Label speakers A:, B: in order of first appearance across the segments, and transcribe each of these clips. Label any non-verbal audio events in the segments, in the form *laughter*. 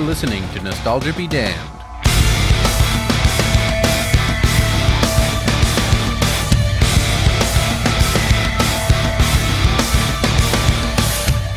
A: listening to Nostalgia Be Damned.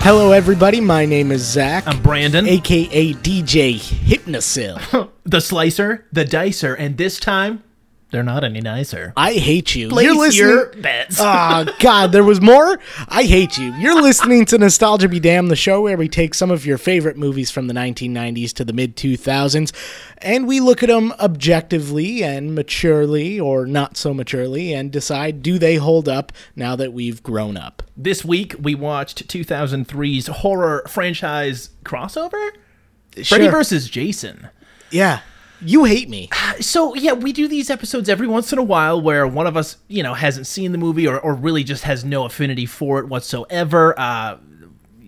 B: Hello, everybody. My name is Zach,
C: I'm Brandon,
B: aka DJ Hypnosil.
C: the Slicer, the Dicer, and this time they're not any nicer.
B: I hate you.
C: Place
B: You're listening.
C: your bets.
B: Ah, God, there was more. I hate you. You're listening to Nostalgia Be Damned, the show where we take some of your favorite movies from the 1990s to the mid 2000s, and we look at them objectively and maturely, or not so maturely, and decide do they hold up now that we've grown up.
C: this week we watched 2003's horror franchise crossover, Freddy
B: Sure.
C: versus Jason.
B: Yeah, you hate me.
C: So yeah, we do these episodes every once in a while where one of us, you know, hasn't seen the movie or, or really just has no affinity for it whatsoever. Uh,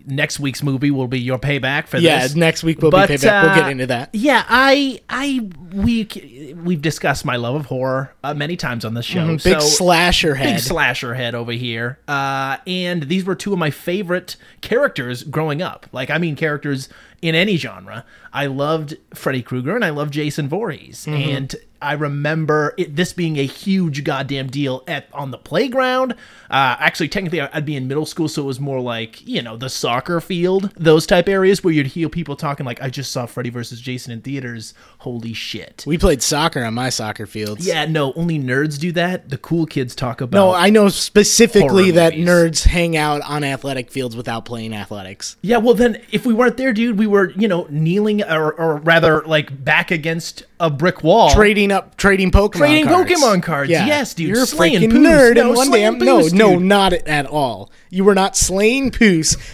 C: next week's movie will be your payback for
B: Yeah,
C: this.
B: next week will be payback. we'll
C: uh,
B: get into that.
C: Yeah, I, I, we, c- we've discussed my love of horror uh, many times on this show.
B: Mm-hmm. Big
C: so-
B: slasher head.
C: Big slasher head over here. Uh, and these were two of my favorite characters growing up. Like, I mean, characters in any genre. I loved Freddy Krueger and I loved Jason Voorhees. And I remember it, this being a huge goddamn deal at on the playground. Uh, actually, technically, I- I'd be in middle school, so it was more like, you know, the soccer field, those type areas where you'd hear people talking, like, I just saw Freddy versus Jason in theaters. Holy shit.
B: We played soccer on my soccer fields.
C: yeah, no, only nerds do that. The cool kids talk about.
B: No, I know specifically
C: Horror
B: that
C: movies.
B: nerds hang out on athletic fields without playing athletics.
C: Yeah, well, then if we weren't there, dude, we were, you know, kneeling or, or rather like back against a brick wall.
B: Trading up, trading Pokemon
C: Trading
B: cards.
C: Pokemon cards, yes, dude.
B: You're a
C: Slaying
B: freaking
C: poos.
B: nerd
C: No,
B: and one damn
C: slaying
B: no,
C: poos,
B: no,
C: dude.
B: not at- at all. You were not slaying poos *laughs*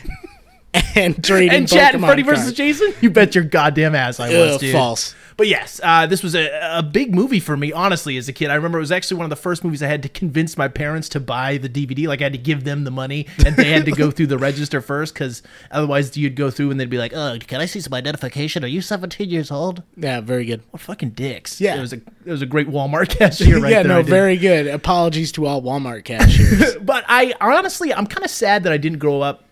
B: and trading
C: And Chad
B: Pokemon
C: and Freddy versus
B: cards.
C: Jason? You bet your goddamn ass I was,
B: Ugh,
C: dude.
B: false.
C: But yes, uh, this was a, a big movie for me, honestly, as a kid. I remember it was actually one of the first movies I had to convince my parents to buy the DVD. Like, I had to give them the money, and they had to go through the register first, because otherwise you'd go through and they'd be like, oh, can I see some identification? Are you 17 years old?
B: Yeah, very good.
C: What fucking dicks.
B: Yeah.
C: It was a, it was a great Walmart *laughs* cashier
B: *laughs*
C: right
B: yeah,
C: there. I
B: no,
C: did.
B: very good. Apologies to all Walmart cashiers.
C: but I honestly, I'm kind of sad that I didn't grow up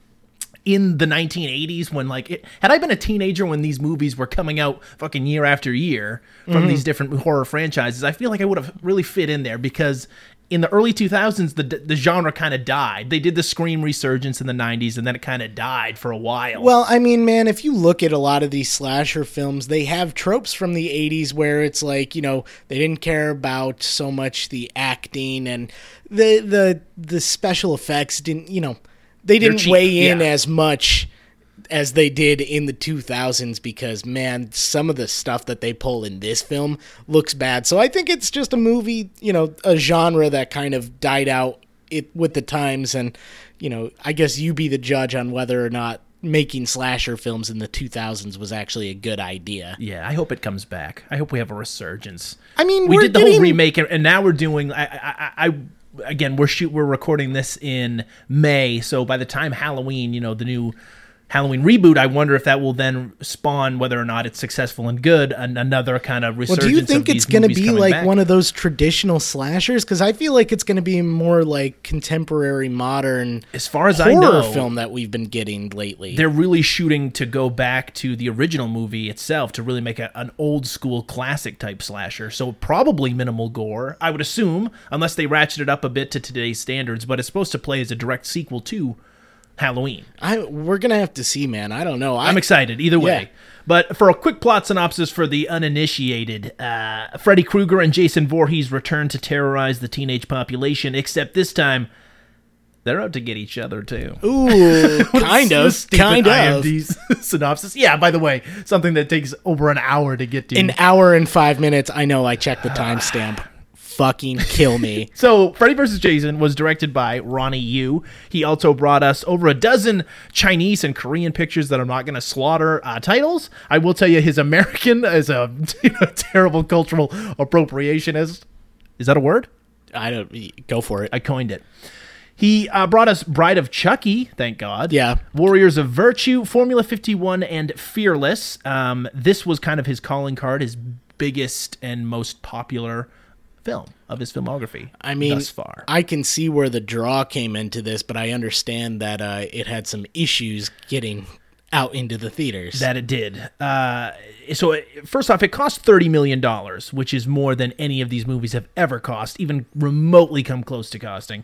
C: in the 1980s when like it, had I been a teenager when these movies were coming out fucking year after year from these different horror franchises, I feel like I would have really fit in there because in the early 2000s the the genre kind of died. They did the scream resurgence in the 90s and then it kind of died for a while.
B: Well, I mean, man, if you look at a lot of these slasher films, they have tropes from the 80s where it's like, you know, they didn't care about so much the acting and the the the special effects didn't, you know, they didn't
C: cheap,
B: weigh in
C: yeah.
B: as much as they did in the 2000s because man, some of the stuff that they pull in this film looks bad. So I think it's just a movie, you know, a genre that kind of died out it with the times and you know i guess you be the judge on whether or not making slasher films in the 2000s was actually a good idea
C: yeah, I hope it comes back. I hope we have a resurgence.
B: i mean
C: we
B: we're
C: did the
B: getting,
C: whole remake and, and now we're doing I, I i I- again we're shoot we're recording this in may so by the time halloween you know the new halloween reboot i wonder if that will then spawn whether or not it's successful and good an, another kind of
B: well
C: resurgence
B: do you think it's
C: going to
B: be like one of those traditional slashers because i feel like it's going to be more like contemporary modern
C: as far as i
B: horror
C: know
B: film that we've been getting lately
C: they're really shooting to go back to the original movie itself to really make a, an old school classic type slasher. So probably minimal gore, I would assume, unless they ratchet it up a bit to today's standards. But it's supposed to play as a direct sequel to Halloween.
B: I, we're gonna have to see man i don't know I,
C: I'm excited either way.
B: Yeah.
C: But for a quick plot synopsis for the uninitiated, uh, Freddy Krueger and Jason Voorhees return to terrorize the teenage population, except this time they're out to get each other too. *laughs*
B: ooh kind
C: So
B: of
C: stupid
B: kind of
C: IMDb *laughs* synopsis. Yeah, by the way, something that takes over an hour to get to.
B: an hour and five minutes i know i checked the timestamp fucking kill me
C: *laughs* so, Freddy vs. Jason was directed by Ronnie Yu. He also brought us over a dozen Chinese and Korean pictures that I'm not going to slaughter uh, titles. I will tell you, his American is a *laughs* terrible cultural appropriationist. Is that a word?
B: I don't go for it.
C: I coined it. He uh, brought us Bride of Chucky, thank God.
B: Yeah.
C: Warriors of Virtue, Formula 51, and Fearless. Um, this was kind of his calling card, his biggest and most popular film of his filmography.
B: I mean,
C: thus far.
B: I can see where the draw came into this, but I understand that uh, it had some issues getting out into the theaters.
C: That it did. Uh, so it, first off, it cost thirty million dollars, which is more than any of these movies have ever cost, even remotely come close to costing.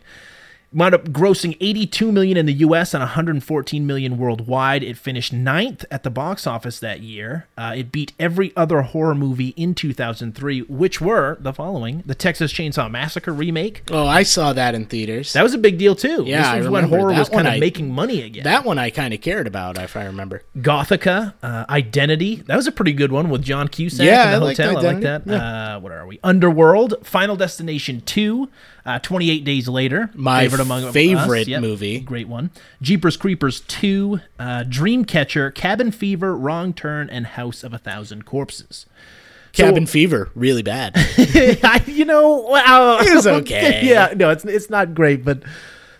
C: Wound up grossing eighty-two million in the U.S. and one hundred fourteen million worldwide. It finished ninth at the box office that year. Uh, it beat every other horror movie in two thousand three, which were the following: the Texas Chainsaw Massacre remake.
B: oh, I saw that in theaters.
C: That was a big deal too.
B: Yeah, I
C: this was when
B: remember
C: horror
B: that
C: was kind
B: one.
C: of
B: I-
C: making money again.
B: that one I kind of cared about, if I remember.
C: Gothica, uh, Identity. That was a pretty good one with John Cusack
B: Yeah, I
C: in the
B: liked
C: hotel. I like
B: Identity.
C: that. Uh, what are we? Underworld, Final Destination 2, uh, 28 Days Later.
B: My
C: us,
B: favorite movie.
C: Great one. Jeepers Creepers 2, uh, Dreamcatcher, Cabin Fever, Wrong Turn, and House of a Thousand Corpses. *laughs*
B: Cabin Fever, really bad.
C: I, you know, wow.
B: It was
C: *laughs*
B: okay.
C: yeah, no, it's, it's not great, but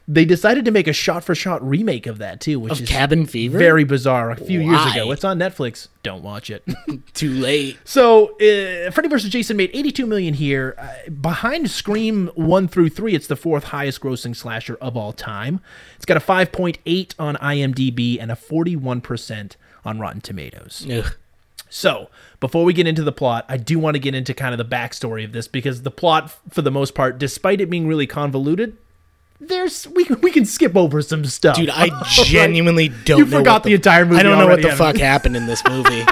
C: they decided to make a shot for shot remake of that too, which is
B: Cabin Fever,
C: very bizarre a few years ago.
B: Why?
C: It's on Netflix. Don't watch it. *laughs*
B: too late.
C: So, uh, Freddy vs. Jason made 82 million here. Uh, behind Scream 1 through 3, it's the fourth highest grossing slasher of all time. It's got a 5.8 on IMDb and a 41% on Rotten Tomatoes.
B: Ugh.
C: So, before we get into the plot, I do want to get into kind of the backstory of this because the plot, f- for the most part, despite it being really convoluted, there's we, we can skip over some stuff. *laughs*
B: Dude, I
C: Like,
B: genuinely don't.
C: You
B: know
C: forgot
B: what
C: the entire movie
B: I don't know what
C: already,
B: the
C: Adam.
B: fuck happened in
C: *laughs*
B: this movie.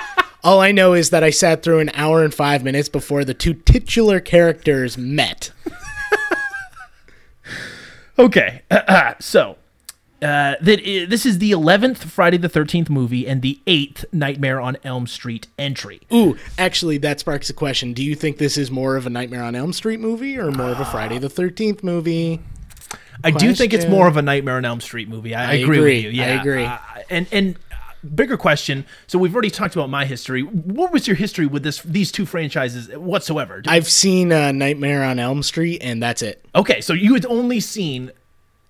B: All I know is that I sat through an hour and five minutes before the two titular characters met.
C: Okay, *clears throat* so uh, that i- this is the eleventh Friday the Thirteenth movie and the eighth Nightmare on Elm Street entry.
B: Ooh, actually, that sparks a question. Do you think this is more of a Nightmare on Elm Street movie or more of a Friday the Thirteenth movie?
C: I do think it's
B: Question.
C: more of a Nightmare on Elm Street movie. I,
B: agree,
C: agree, with
B: I
C: you. Yeah,
B: agree.
C: Uh, and and uh, bigger question. So we've already talked about my history. What was your history with this these two franchises whatsoever?
B: I've seen uh, Nightmare on Elm Street, and that's it.
C: okay, so you had only seen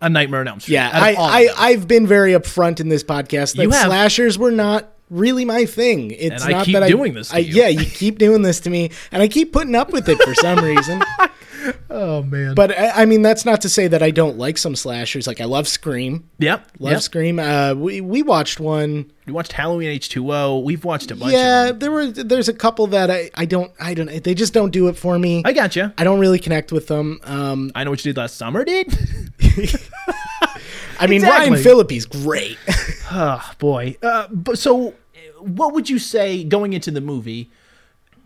C: a Nightmare on Elm Street.
B: Yeah,
C: out of
B: I,
C: all of
B: I
C: them.
B: I've been very upfront in this podcast that
C: You have.
B: slashers were not really my thing. It's
C: I
B: not
C: keep
B: that I,
C: doing this to
B: I-
C: you.
B: Yeah, you keep doing this to me, and I keep putting up with it for some reason.
C: *laughs* oh man. But
B: But I, I mean, that's not to say that I don't like some slashers. Like I love Scream,
C: yep,
B: love
C: yep.
B: Scream. Uh, we we watched one.
C: We watched Halloween H two O. We've watched a bunch. of
B: Yeah,
C: them.
B: there were there's a couple that I I don't I don't they just don't do it for me.
C: I gotcha.
B: I don't really connect with them. Um,
C: I know what you did last summer, dude. *laughs*
B: I mean,
C: Exactly.
B: Ryan Phillippe's great.
C: Oh boy. Uh, but so, uh, what would you say going into the movie?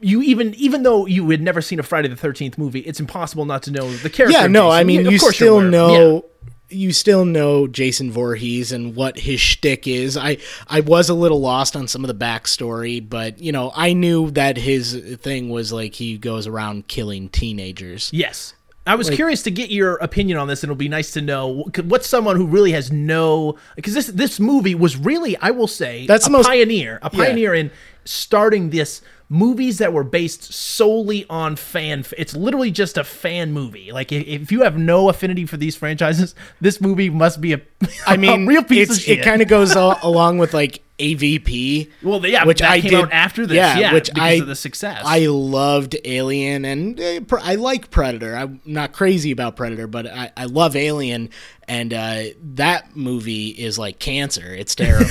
C: You even even though you had never seen a Friday the Thirteenth movie, it's impossible not to know the character.
B: yeah,
C: of
B: no,
C: Jason.
B: I mean,
C: of
B: you
C: course you're
B: still
C: aware of him.
B: know you still know Jason Voorhees and what his shtick is. I I was a little lost on some of the backstory, but you know, I knew that his thing was like he goes around killing teenagers.
C: Yeah. Yes. I was curious to get your opinion on this, and it'll be nice to know wh- what's someone who really has no because this this movie was really, I will say,
B: That's
C: a
B: the most-
C: pioneer, a pioneer in starting this movies that were based solely on fan. f- It's literally just a fan movie. Like i- if you have no affinity for these franchises, *laughs* this movie must be a. *laughs*
B: I mean,
C: a real piece
B: it's,
C: of shit.
B: it kind of goes
C: *laughs*
B: al- along with like AVP.
C: Well, yeah,
B: which
C: that
B: I
C: came
B: did
C: out after this, yeah,
B: which
C: because
B: I,
C: of the success.
B: I loved Alien, and eh, pr- I like Predator. I'm not crazy about Predator, but I, I love Alien, and uh, that movie is like cancer. It's terrible.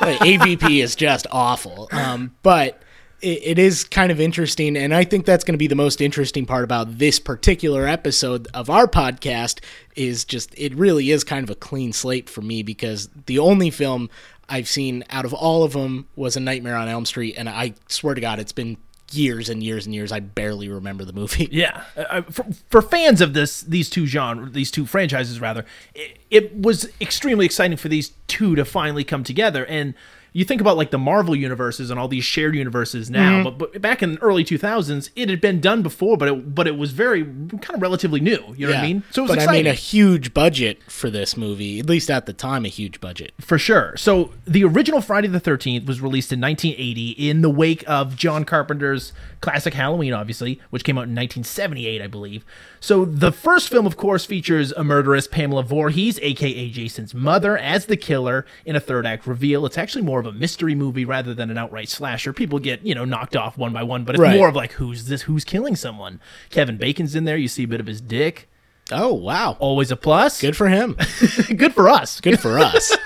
B: Like, AVP is just awful. Um, but it, it is kind of interesting, and I think that's going to be the most interesting part about this particular episode of our podcast. Is just it really is kind of a clean slate for me because the only film I've seen out of all of them was A Nightmare on Elm Street, and I swear to God, it's been years and years and years. I barely remember the movie.
C: Yeah, Uh, uh, for, for fans of this, these two genre, these two franchises rather, it, it was extremely exciting for these two to finally come together. And you think about like the Marvel universes and all these shared universes now,
B: Mm-hmm.
C: but, but back in the early two thousands, it had been done before, but it but it was very kind of relatively new. You know what I mean? So it was
B: but
C: exciting.
B: I mean, a huge budget for this movie, at least at the time, a huge budget.
C: for sure. So the original Friday the Thirteenth was released in 1980 in the wake of John Carpenter's classic Halloween, obviously, which came out in 1978, I believe. So the first film, of course, features a murderess Pamela Voorhees, aka Jason's mother, as the killer in a third act reveal. It's actually more of a mystery movie rather than an outright slasher. People get you know knocked off one by one, but it's
B: Right.
C: more of like who's this? Who's killing someone? Kevin Bacon's in there. You see a bit of his dick.
B: Oh wow,
C: Always a plus.
B: good for him.
C: *laughs* Good for us.
B: Good for us.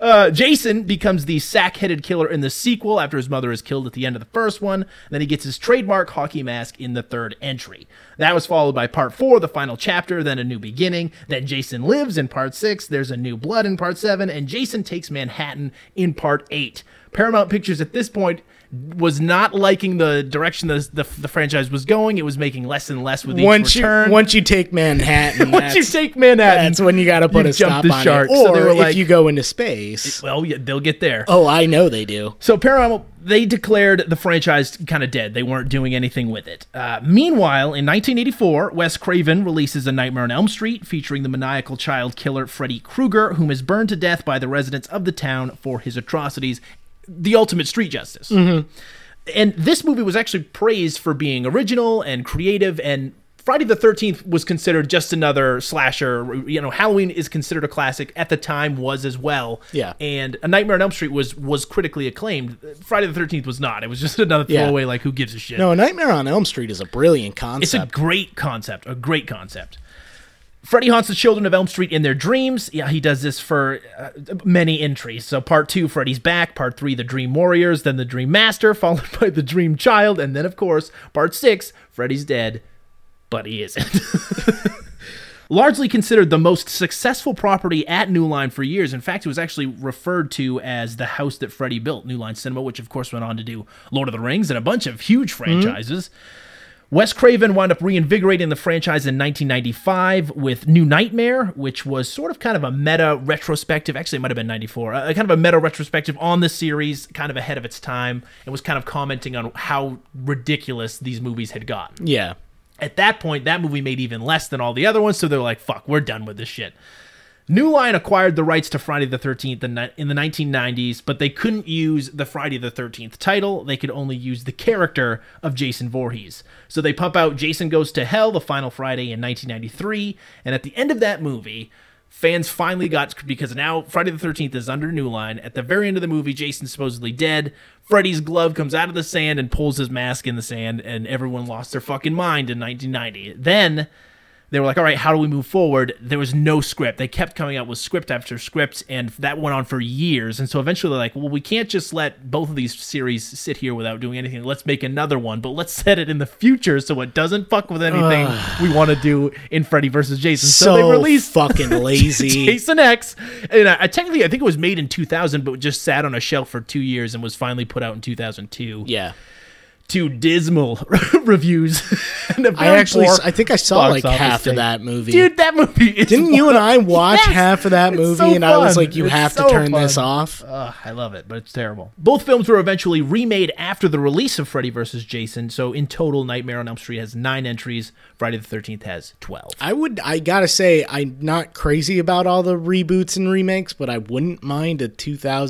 C: Uh, Jason becomes the sack-headed killer in the sequel after his mother is killed at the end of the first one. Then he gets his trademark hockey mask in the third entry. That was followed by part four, the final chapter, then a new beginning. Then Jason lives in part six. There's a new blood in part seven, and Jason takes Manhattan in part eight. Paramount Pictures at this point was not liking the direction the the, the franchise was going. It was making less and less with each
B: once
C: return.
B: you once you take Manhattan,
C: *laughs* Once you
B: that's,
C: take Manhattan,
B: that's when you got to put
C: you
B: a
C: jump
B: stop
C: the
B: on
C: shark.
B: it.
C: So
B: Or
C: they were like-
B: if you go into space,
C: well, yeah, they'll get there.
B: oh, I know they do.
C: So Paramount they declared the franchise kind of dead. They weren't doing anything with it. Uh, meanwhile, in 1984, Wes Craven releases A Nightmare on Elm Street featuring the maniacal child killer Freddy Krueger, whom is burned to death by the residents of the town for his atrocities. The ultimate street justice. And this movie was actually praised for being original and creative and Friday the 13th was considered just another slasher. You know, Halloween is considered a classic at the time was as well.
B: Yeah.
C: And A Nightmare on Elm Street was was critically acclaimed. Friday the 13th was not. It was just *laughs* another
B: Yeah.
C: throwaway like who gives a shit.
B: No, a Nightmare on Elm Street is a brilliant
C: It's
B: concept.
C: a great concept. A great concept. Freddy haunts the children of Elm Street in their dreams. Yeah, he does this for uh, many entries. So, part two, Freddy's back. Part three, the Dream Warriors. Then the Dream Master, *laughs* followed by the Dream Child, and then, of course, part six, Freddy's dead, but he isn't. *laughs* Largely considered the most successful property at New Line for years. In fact, it was actually referred to as the house that Freddy built, New Line Cinema, which of course went on to do Lord of the Rings and a bunch of huge franchises. Wes Craven wound up reinvigorating the franchise in 1995 with New Nightmare, which was sort of kind of a meta retrospective. Actually, it might have been 94, uh, kind of a meta retrospective on the series, kind of ahead of its time, and was kind of commenting on how ridiculous these movies had gotten
B: yeah.
C: at that point, that movie made even less than all the other ones, so they're like, fuck, we're done with this shit. New Line acquired the rights to Friday the 13th in ni- in the 1990s, but they couldn't use the Friday the 13th title. They could only use the character of Jason Voorhees. So they pump out Jason Goes to Hell, the final Friday in 1993, and at the end of that movie, fans finally got because now Friday the 13th is under New Line. At the very end of the movie, Jason's supposedly dead. Freddy's glove comes out of the sand and pulls his mask in the sand, and everyone lost their fucking mind in 1990. Then they were like, all right, how do we move forward? There was no script. They kept coming out with script after script, and that went on for years. And so eventually they're like, well, we can't just let both of these series sit here without doing anything. Let's make another one, but let's set it in the future so it doesn't fuck with anything we want to do in Freddy versus Jason.
B: So,
C: So, they released *laughs*
B: fucking lazy.
C: Jason X. And I, I technically, I think it was made in 2000, but just sat on a shelf for two years and was finally put out in 2002
B: yeah.
C: to dismal *laughs* reviews. *laughs* and a
B: I
C: very
B: actually,
C: poor
B: s- I think I saw
C: box
B: like
C: office
B: half
C: thing.
B: of that movie.
C: Dude, that movie is
B: Didn't you and I watch
C: Yes!
B: half of that
C: It's
B: movie?
C: so
B: and I was
C: fun.
B: like, you
C: It's
B: have
C: so
B: to turn this
C: fun.
B: off.
C: Ugh, I love it, but it's terrible. Both films were eventually remade after the release of Freddy vs. Jason, so in total, Nightmare on Elm Street has nine entries, Friday the 13th has 12.
B: I would, I gotta say, I'm not crazy about all the reboots and remakes, but I wouldn't mind a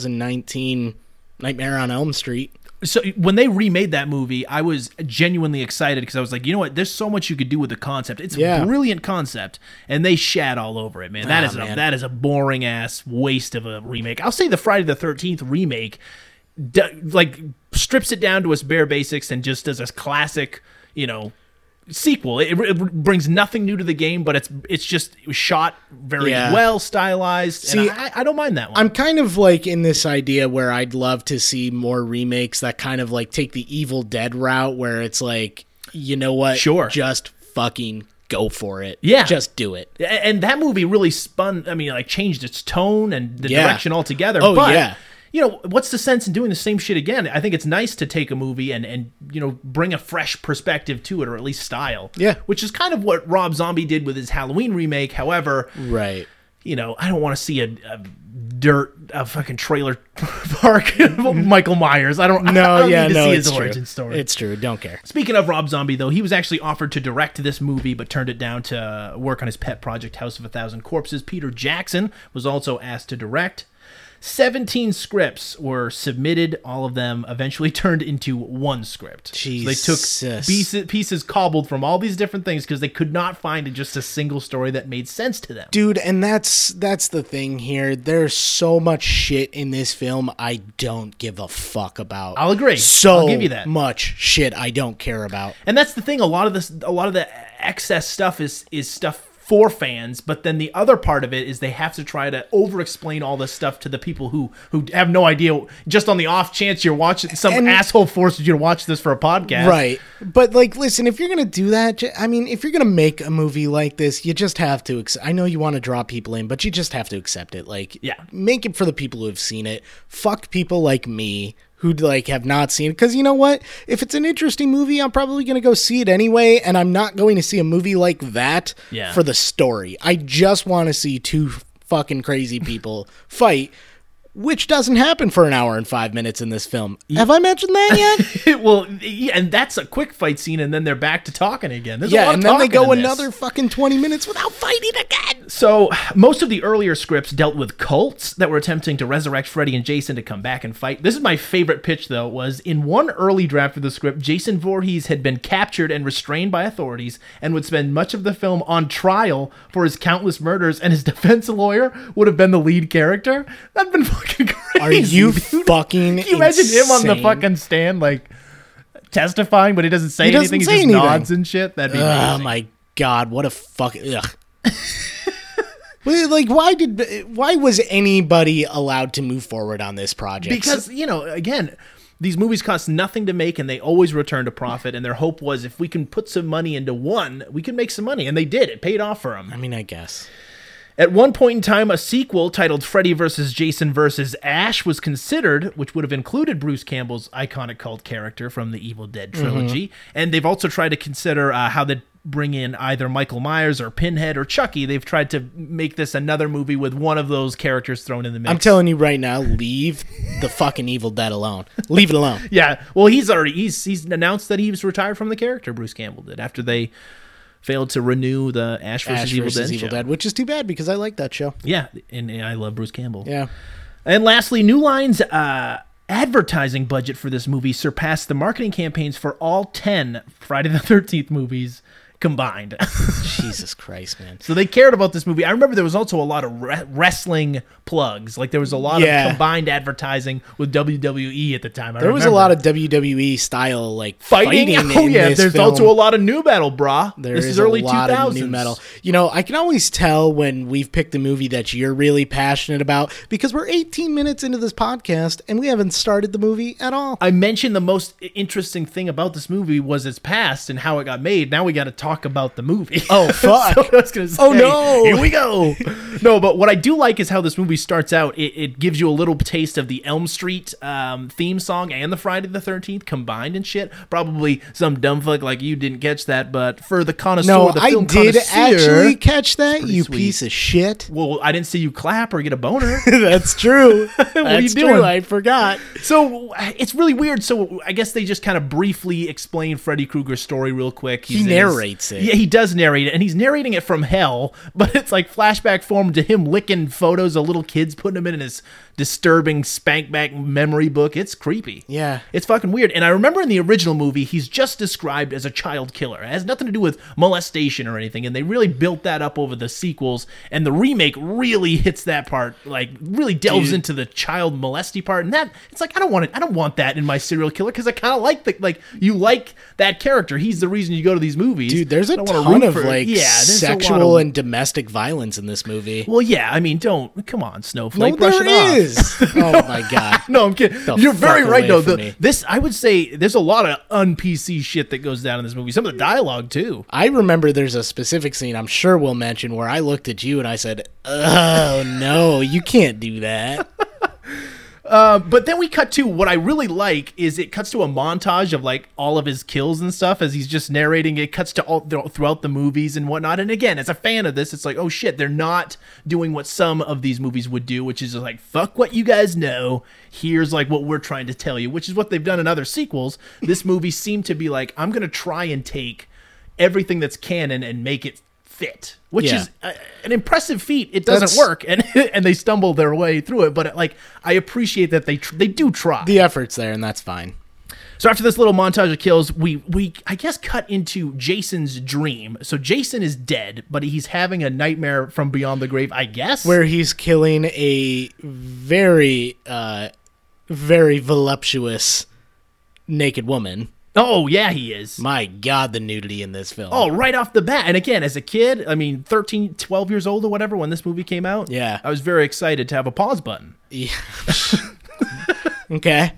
B: 2019 Nightmare on Elm Street.
C: So when they remade that movie, I was genuinely excited because I was like, you know what? There's so much you could do with the concept. It's a
B: Yeah.
C: brilliant concept, and they shat all over it, man. That
B: Ah,
C: is a,
B: man.
C: that is a boring ass waste of a remake. I'll say the Friday the Thirteenth remake, d- like strips it down to its bare basics and just does a classic, you know, sequel. It, it brings nothing new to the game, but it's it's just shot very
B: Yeah.
C: well, stylized.
B: See,
C: and I, I don't mind that one.
B: I'm kind of like in this idea where I'd love to see more remakes that kind of like take the Evil Dead route, where it's like, you know what?
C: Sure.
B: Just fucking go for it.
C: Yeah.
B: Just do it.
C: A- and that movie really spun i mean like changed its tone and the
B: Yeah.
C: direction altogether
B: Oh,
C: but
B: yeah.
C: you know what's the sense in doing the same shit again i think it's nice to take a movie and and you know bring a fresh perspective to it or at least style
B: Yeah.
C: which is kind of what rob zombie did with his halloween remake however
B: Right.
C: you know i don't want to see a, a dirt a fucking trailer *laughs* park *laughs* michael myers i don't I
B: No,
C: don't
B: yeah,
C: need to
B: no,
C: see
B: it's
C: his
B: true.
C: origin story
B: It's true. Don't care.
C: Speaking of Rob Zombie, though, he was actually offered to direct this movie, but turned it down to uh, work on his pet project, House of a Thousand Corpses. Peter Jackson was also asked to direct. 17 scripts were submitted, all of them eventually *laughs* turned into one script. So they took
B: Jesus.
C: pieces, pieces cobbled from all these different things because they could not find just a single story that made sense to them.
B: Dude, and that's that's the thing here. There's so much shit in this film I don't give a fuck about.
C: I'll agree.
B: So
C: I'll give you that.
B: much shit I don't care about.
C: and that's the thing a lot of this a lot of the excess stuff is is stuff for fans, but then the other part of it is they have to try to over-explain all this stuff to the people who who have no idea. Just on the off chance you're watching, some
B: And-
C: asshole forces you to watch this for a podcast, *laughs*
B: Right. But like listen, if you're going to do that, ju- I mean, if you're going to make a movie like this, you just have to acc- I know you want to draw people in, but you just have to accept it. Like
C: Yeah.
B: make it for the people who have seen it. Fuck people like me who like have not seen it cuz you know what? If it's an interesting movie, I'm probably going to go see it anyway and I'm not going to see a movie like that
C: Yeah.
B: for the story. I just want to see two fucking crazy people fight. Which doesn't happen for an hour and five minutes in this film. Have I mentioned that
C: *laughs*
B: yet?
C: well, yeah, and that's a quick fight scene, and then they're back to talking again. There's a lot
B: yeah,
C: of
B: and then they
C: talking
B: go
C: in this.
B: another fucking 20 minutes without fighting again.
C: So, most of the earlier scripts dealt with cults that were attempting to resurrect Freddy and Jason to come back and fight. This is my favorite pitch, though, was in one early draft of the script, Jason Voorhees had been captured and restrained by authorities and would spend much of the film on trial for his countless murders, and his *laughs* defense lawyer would have been the lead character. That'd been fucking crazy.
B: Are you
C: dude.
B: fucking
C: Can you imagine him on the
B: insane?
C: fucking stand, like testifying, but he doesn't say
B: He doesn't
C: anything.
B: say
C: he just
B: anything.
C: nods and shit. That'd be
B: Oh
C: amazing.
B: my god, what a fuck ugh.
C: *laughs*
B: Well, like why did why was anybody allowed to move forward on this project?
C: because you know again these movies cost nothing to make and they always return to profit and their hope was if we can put some money into one we can make some money and they did it paid off for them
B: I mean, I guess.
C: at one point in time, a sequel titled Freddy vs. Jason vs. Ash was considered, which would have included Bruce Campbell's iconic cult character from the Evil Dead
B: Mm-hmm.
C: trilogy. And they've also tried to consider uh, how they bring in either Michael Myers or Pinhead or Chucky. They've tried to make this another movie with one of those characters thrown in the mix.
B: I'm telling you right now, leave the fucking Evil Dead alone. Leave it alone.
C: Yeah. Well, he's already he's he's announced that he's retired from the character. Bruce Campbell did after they failed to renew the Ash *laughs* versus
B: Ash
C: Evil,
B: versus
C: Dead,
B: Evil
C: show.
B: Dead, which is too bad because I like that show.
C: Yeah, and, and I love Bruce Campbell.
B: Yeah.
C: And lastly, New Line's uh, advertising budget for this movie surpassed the marketing campaigns for all ten Friday the Thirteenth movies combined. *laughs*
B: Jesus Christ, man.
C: so they cared about this movie. I remember there was also a lot of re- wrestling plugs. Like there was a lot
B: Yeah.
C: of combined advertising with WWE at the time. I
B: There was a
C: remember.
B: lot of WWE style like
C: fighting.
B: fighting.
C: *laughs* oh
B: in
C: yeah,
B: this
C: there's
B: film.
C: also a lot of new metal, brah.
B: There
C: this
B: is,
C: is, early
B: a lot
C: 2000s.
B: of new metal. You know, I can always tell when we've picked a movie that you're really passionate about because we're 18 minutes into this podcast and we haven't started the movie at all.
C: I mentioned the most i- interesting thing about this movie was its past and how it got made. Now we got to talk about the movie. *laughs*
B: Oh,
C: So
B: fuck.
C: I was gonna say,
B: Oh, no.
C: Here we go. no, but what I do like is how this movie starts out. It, it gives you a little taste of the Elm Street um, theme song and the Friday the Thirteenth combined and shit. Probably some dumb fuck like you didn't catch that, but for the connoisseur,
B: no,
C: the
B: I
C: film
B: did
C: connoisseur-
B: actually catch that, you
C: sweet.
B: piece of
C: *laughs*
B: shit.
C: Well, I didn't see you clap or get a boner.
B: That's *laughs* true. That's
C: are you
B: true.
C: doing?
B: I forgot.
C: So it's really weird. So I guess they just kind of briefly explain Freddy Krueger's story real quick. He's in his-
B: narrates it.
C: Yeah, he does narrate it, and he's narrating it from hell, *laughs* but it's like flashback form to him licking photos of little kids, putting them in his disturbing spank back memory book. It's creepy.
B: Yeah.
C: It's fucking weird. And I remember in the original movie, he's just described as a child killer. It has nothing to do with molestation or anything. And they really built that up over the sequels. And the remake really hits that part, like really delves into the child molesty part. And that it's like I don't want it. I don't want that in my serial killer because I kind of like the like you like that character. He's the reason you go to these movies.
B: Dude, there's a
C: I don't wanna
B: ton
C: root
B: of
C: for-
B: like
C: there's a lot
B: sexual
C: of-
B: and domestic violence in this movie.
C: well, yeah. I mean, don't come on,
B: No,
C: snowflake. brush
B: there
C: it off.
B: is. *laughs* oh my god.
C: *laughs* No, I'm kidding.
B: The
C: You're very
B: fuck
C: right,
B: away
C: though.
B: from
C: The-
B: me.
C: this, I would say, there's a lot of un PC shit that goes down in this movie. Some of the dialogue too.
B: I remember there's a specific scene I'm sure we'll mention where I looked at you and I said, "Oh no, you can't do
C: *laughs*
B: that."
C: Uh, but then we cut to what I really like is it cuts to a montage of like all of his kills and stuff as he's just narrating. It cuts to all th- throughout the movies and whatnot. And again, as a fan of this, it's like, oh shit, they're not doing what some of these movies would do, which is just like fuck what you guys know. Here's like what we're trying to tell you, which is what they've done in other sequels. This movie seemed to be like, I'm gonna try and take everything that's canon and make it fit, which
B: Yeah.
C: is uh, an impressive feat. It doesn't
B: That's-
C: work, and *laughs* and they stumble their way through it. But like, I appreciate that they tr- they do try.
B: The effort's there and that's fine.
C: so after this little montage of kills, we we I guess cut into Jason's dream. So Jason is dead, but he's having a nightmare from beyond the grave. I guess
B: Where he's killing a very uh very voluptuous naked woman.
C: Oh yeah, he is.
B: My God, the nudity in this film.
C: Oh, right off the bat. And again, as a kid, I mean, 13, 12 years old or whatever when this movie came out,
B: Yeah.
C: I was very excited to have a pause button.
B: Yeah. *laughs* okay.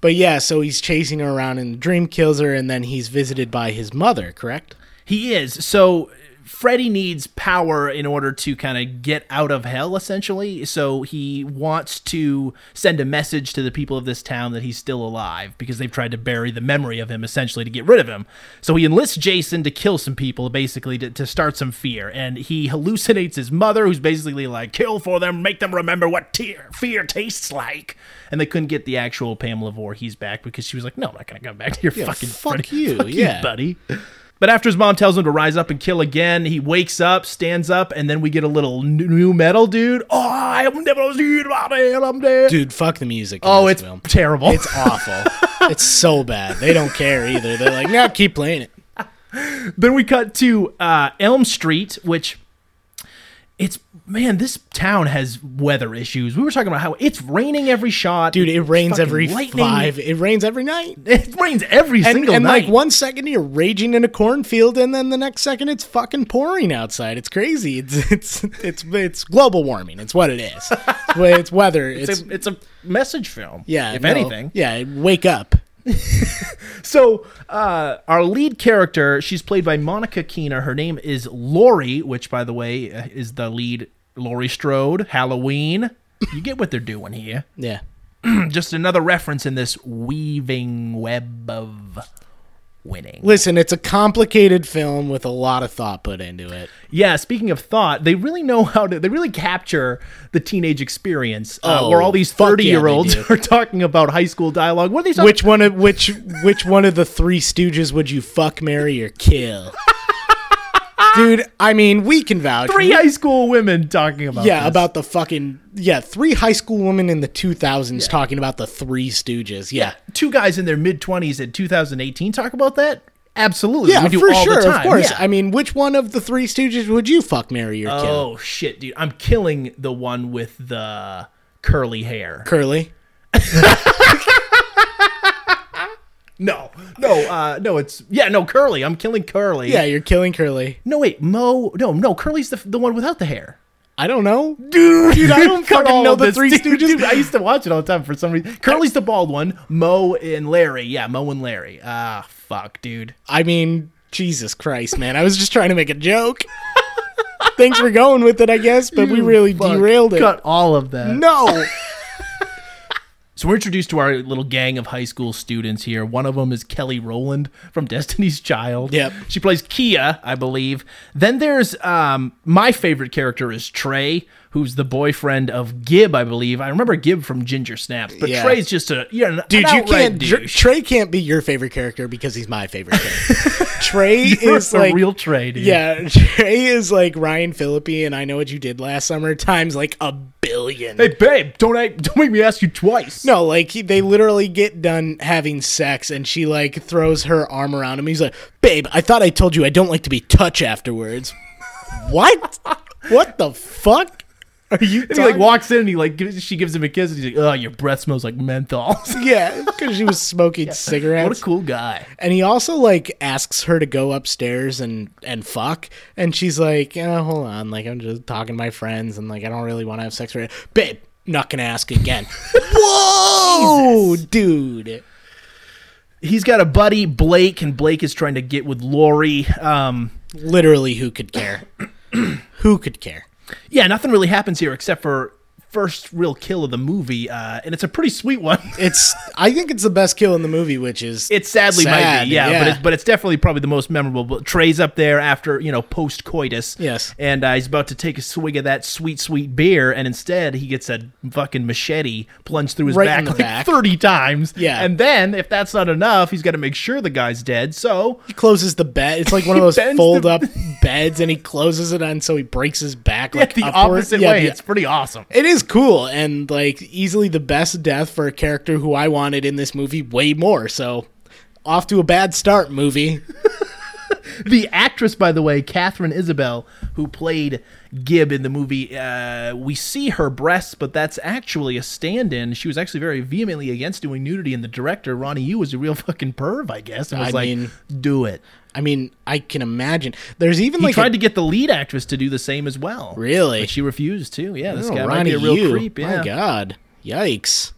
B: but yeah, so he's chasing her around and the dream kills her, and then he's visited by his mother, correct?
C: He is. So Freddy needs power in order to kind of get out of hell, essentially. So he wants to send a message to the people of this town that he's still alive because they've tried to bury the memory of him, essentially, to get rid of him. So he enlists Jason to kill some people, basically, to, to start some fear. And he hallucinates his mother, who's basically like, kill for them, make them remember what tear, fear tastes like. And they couldn't get the actual Pamela Voorhees back because she was like, no, I'm not going to come back to your fucking
B: fuck
C: Freddy-
B: you,
C: *laughs* fuck
B: yeah.
C: buddy. But after his mom tells him to rise up and kill again, he wakes up, stands up, and then we get a little n- new metal dude. Oh, I'm never seen my man, I'm dead.
B: Dude, fuck the music. in
C: oh,
B: this
C: it's
B: film.
C: terrible.
B: It's awful. it's so bad. They don't care either. They're like, no, keep playing it.
C: *laughs* then we cut to uh, Elm Street, which it's man, this town has weather issues. We were talking about how it's raining every shot,
B: Dude, it rains
C: Fucking
B: every
C: lightning.
B: five. It rains every night.
C: It rains every
B: And,
C: single
B: and
C: night.
B: like one second you're raging in a cornfield, and then the next second it's fucking pouring outside. It's crazy. It's it's it's it's global warming. It's what it is. It's, we- it's weather. It's,
C: *laughs* it's a, it's a message film,
B: yeah.
C: if
B: no.
C: anything.
B: yeah. Wake up.
C: So, uh, our lead character, she's played by Monica Keena. Her name is Lori, which, by the way, uh, is the lead Lori Strode. Halloween. You get what they're doing here. *clears throat*
B: Yeah.
C: Just another reference in this weaving web of winning.
B: Listen, it's a complicated film with a lot of thought put into it.
C: Yeah, speaking of thought, they really know how to. They really capture the teenage experience, uh,
B: Oh,
C: where all these
B: fuck yeah,
C: thirty-year-olds
B: they do.
C: *laughs* are talking about high school dialogue. What are these? talking-
B: Which one of which which one of the three Stooges would you fuck, marry, or
C: *laughs*
B: kill? Dude, I mean, we can vouch.
C: three high school women talking about?
B: yeah,
C: this.
B: about the fucking yeah, three high school women in the two thousands talking about the three Stooges. Yeah,
C: two guys in their mid 20s in 2018 talk about that? Absolutely.
B: yeah,
C: we do
B: for
C: all
B: sure,
C: the time.
B: of course.
C: Yeah.
B: I mean, which one of the three Stooges would you fuck, marry, or kill?
C: oh, shit, dude. I'm killing the one with the curly hair.
B: Curly.
C: No, no, uh, no, it's, yeah, no, curly. I'm killing curly.
B: Yeah, you're killing Curly.
C: No, wait, Mo, no, no, curly's the, the one without the hair.
B: I don't know.
C: Dude,
B: I
C: *laughs*
B: don't fucking know the Three Stooges.
C: I used to watch it all the time for some reason. Curly's the bald one. Mo and Larry. Yeah, Mo and Larry. Ah, fuck, dude.
B: I mean, Jesus Christ, man! I was just trying to make a
C: *laughs*
B: joke. Thanks for going with it, I guess, but we really
C: Fuck,
B: derailed it.
C: Cut all of that.
B: No.
C: So we're introduced to our little gang of high school students here. One of them is Kelly Rowland from *laughs* Destiny's Child.
B: Yep.
C: She plays Kia, I believe. Then there's um, my favorite character is Trey, who's the boyfriend of Gib, I believe. I remember Gib from Ginger Snaps, but
B: Yeah.
C: Trey's just a you're an,
B: Dude,
C: an
B: you
C: outright
B: can't. Dr-
C: douche.
B: Trey can't be your favorite character because he's my favorite
C: *laughs*
B: character. Trey is
C: the
B: like
C: real Trey, dude.
B: Yeah, *laughs* Trey is like Ryan Philippi, and I know what you did last summer times like a billion.
C: Hey babe, don't I, don't make me ask you twice.
B: no, like he, they literally get done having sex, and she like throws her arm around him. He's like, "Babe, I thought I told you I don't like to be touched afterwards." what?
C: *laughs*
B: What the fuck? Are you
C: And he like
B: talking-
C: walks in and he like gives, she gives him a kiss and he's like, oh, your breath smells like menthol. *laughs*
B: Yeah, because she was smoking cigarettes.
C: what a cool guy.
B: And he also like asks her to go upstairs and and fuck, and she's like, "Yeah, hold on, like I'm just talking to my friends, and like I don't really want to have sex right, now." babe. Not gonna ask
C: *laughs*
B: again. Whoa, dude.
C: he's got a buddy Blake, and Blake is trying to get with Lori. Um,
B: Literally, who could
C: *clears throat*
B: care? who could care?
C: yeah, nothing really happens here except for first real kill of the movie, uh, and it's a pretty sweet one. *laughs*
B: It's. I think it's the best kill in the movie, which is
C: It sadly might
B: Sad,
C: be, yeah,
B: yeah.
C: but it's, but it's definitely probably the most memorable. But Trey's up there after you know post coitus,
B: Yes.
C: and uh, he's about to take a swig of that sweet sweet beer, and instead he gets a fucking machete plunged through his
B: Right
C: back
B: in the
C: like
B: back.
C: thirty times,
B: Yeah.
C: And then if that's not enough, he's got to make sure the guy's dead. So
B: he closes the bed. It's like
C: *laughs*
B: one of those
C: bends the-
B: fold up beds, and he closes it on so he breaks his back like
C: *laughs* the
B: upward.
C: opposite
B: Yeah,
C: way,
B: the-
C: it's pretty awesome.
B: It is cool and like easily the best death for a character who I wanted in this movie way more. So off to a bad start, movie.
C: the actress, by the way, Catherine Isabel, who played Gib in the movie, uh, we see her breasts, but that's actually a stand-in. She was actually very vehemently against doing nudity, and the director Ronnie Yu was a real *laughs* fucking perv, I guess, and was
B: I
C: like,
B: mean-
C: "Do it."
B: *laughs* I mean, I can imagine. There's even
C: He
B: like a-
C: tried to get the lead actress to do the same as well.
B: Really?
C: But she refused too. Yeah, this
B: Oh,
C: guy might be a
B: Ronnie
C: real
B: Yu.
C: creep. Yeah.
B: My God. Yikes.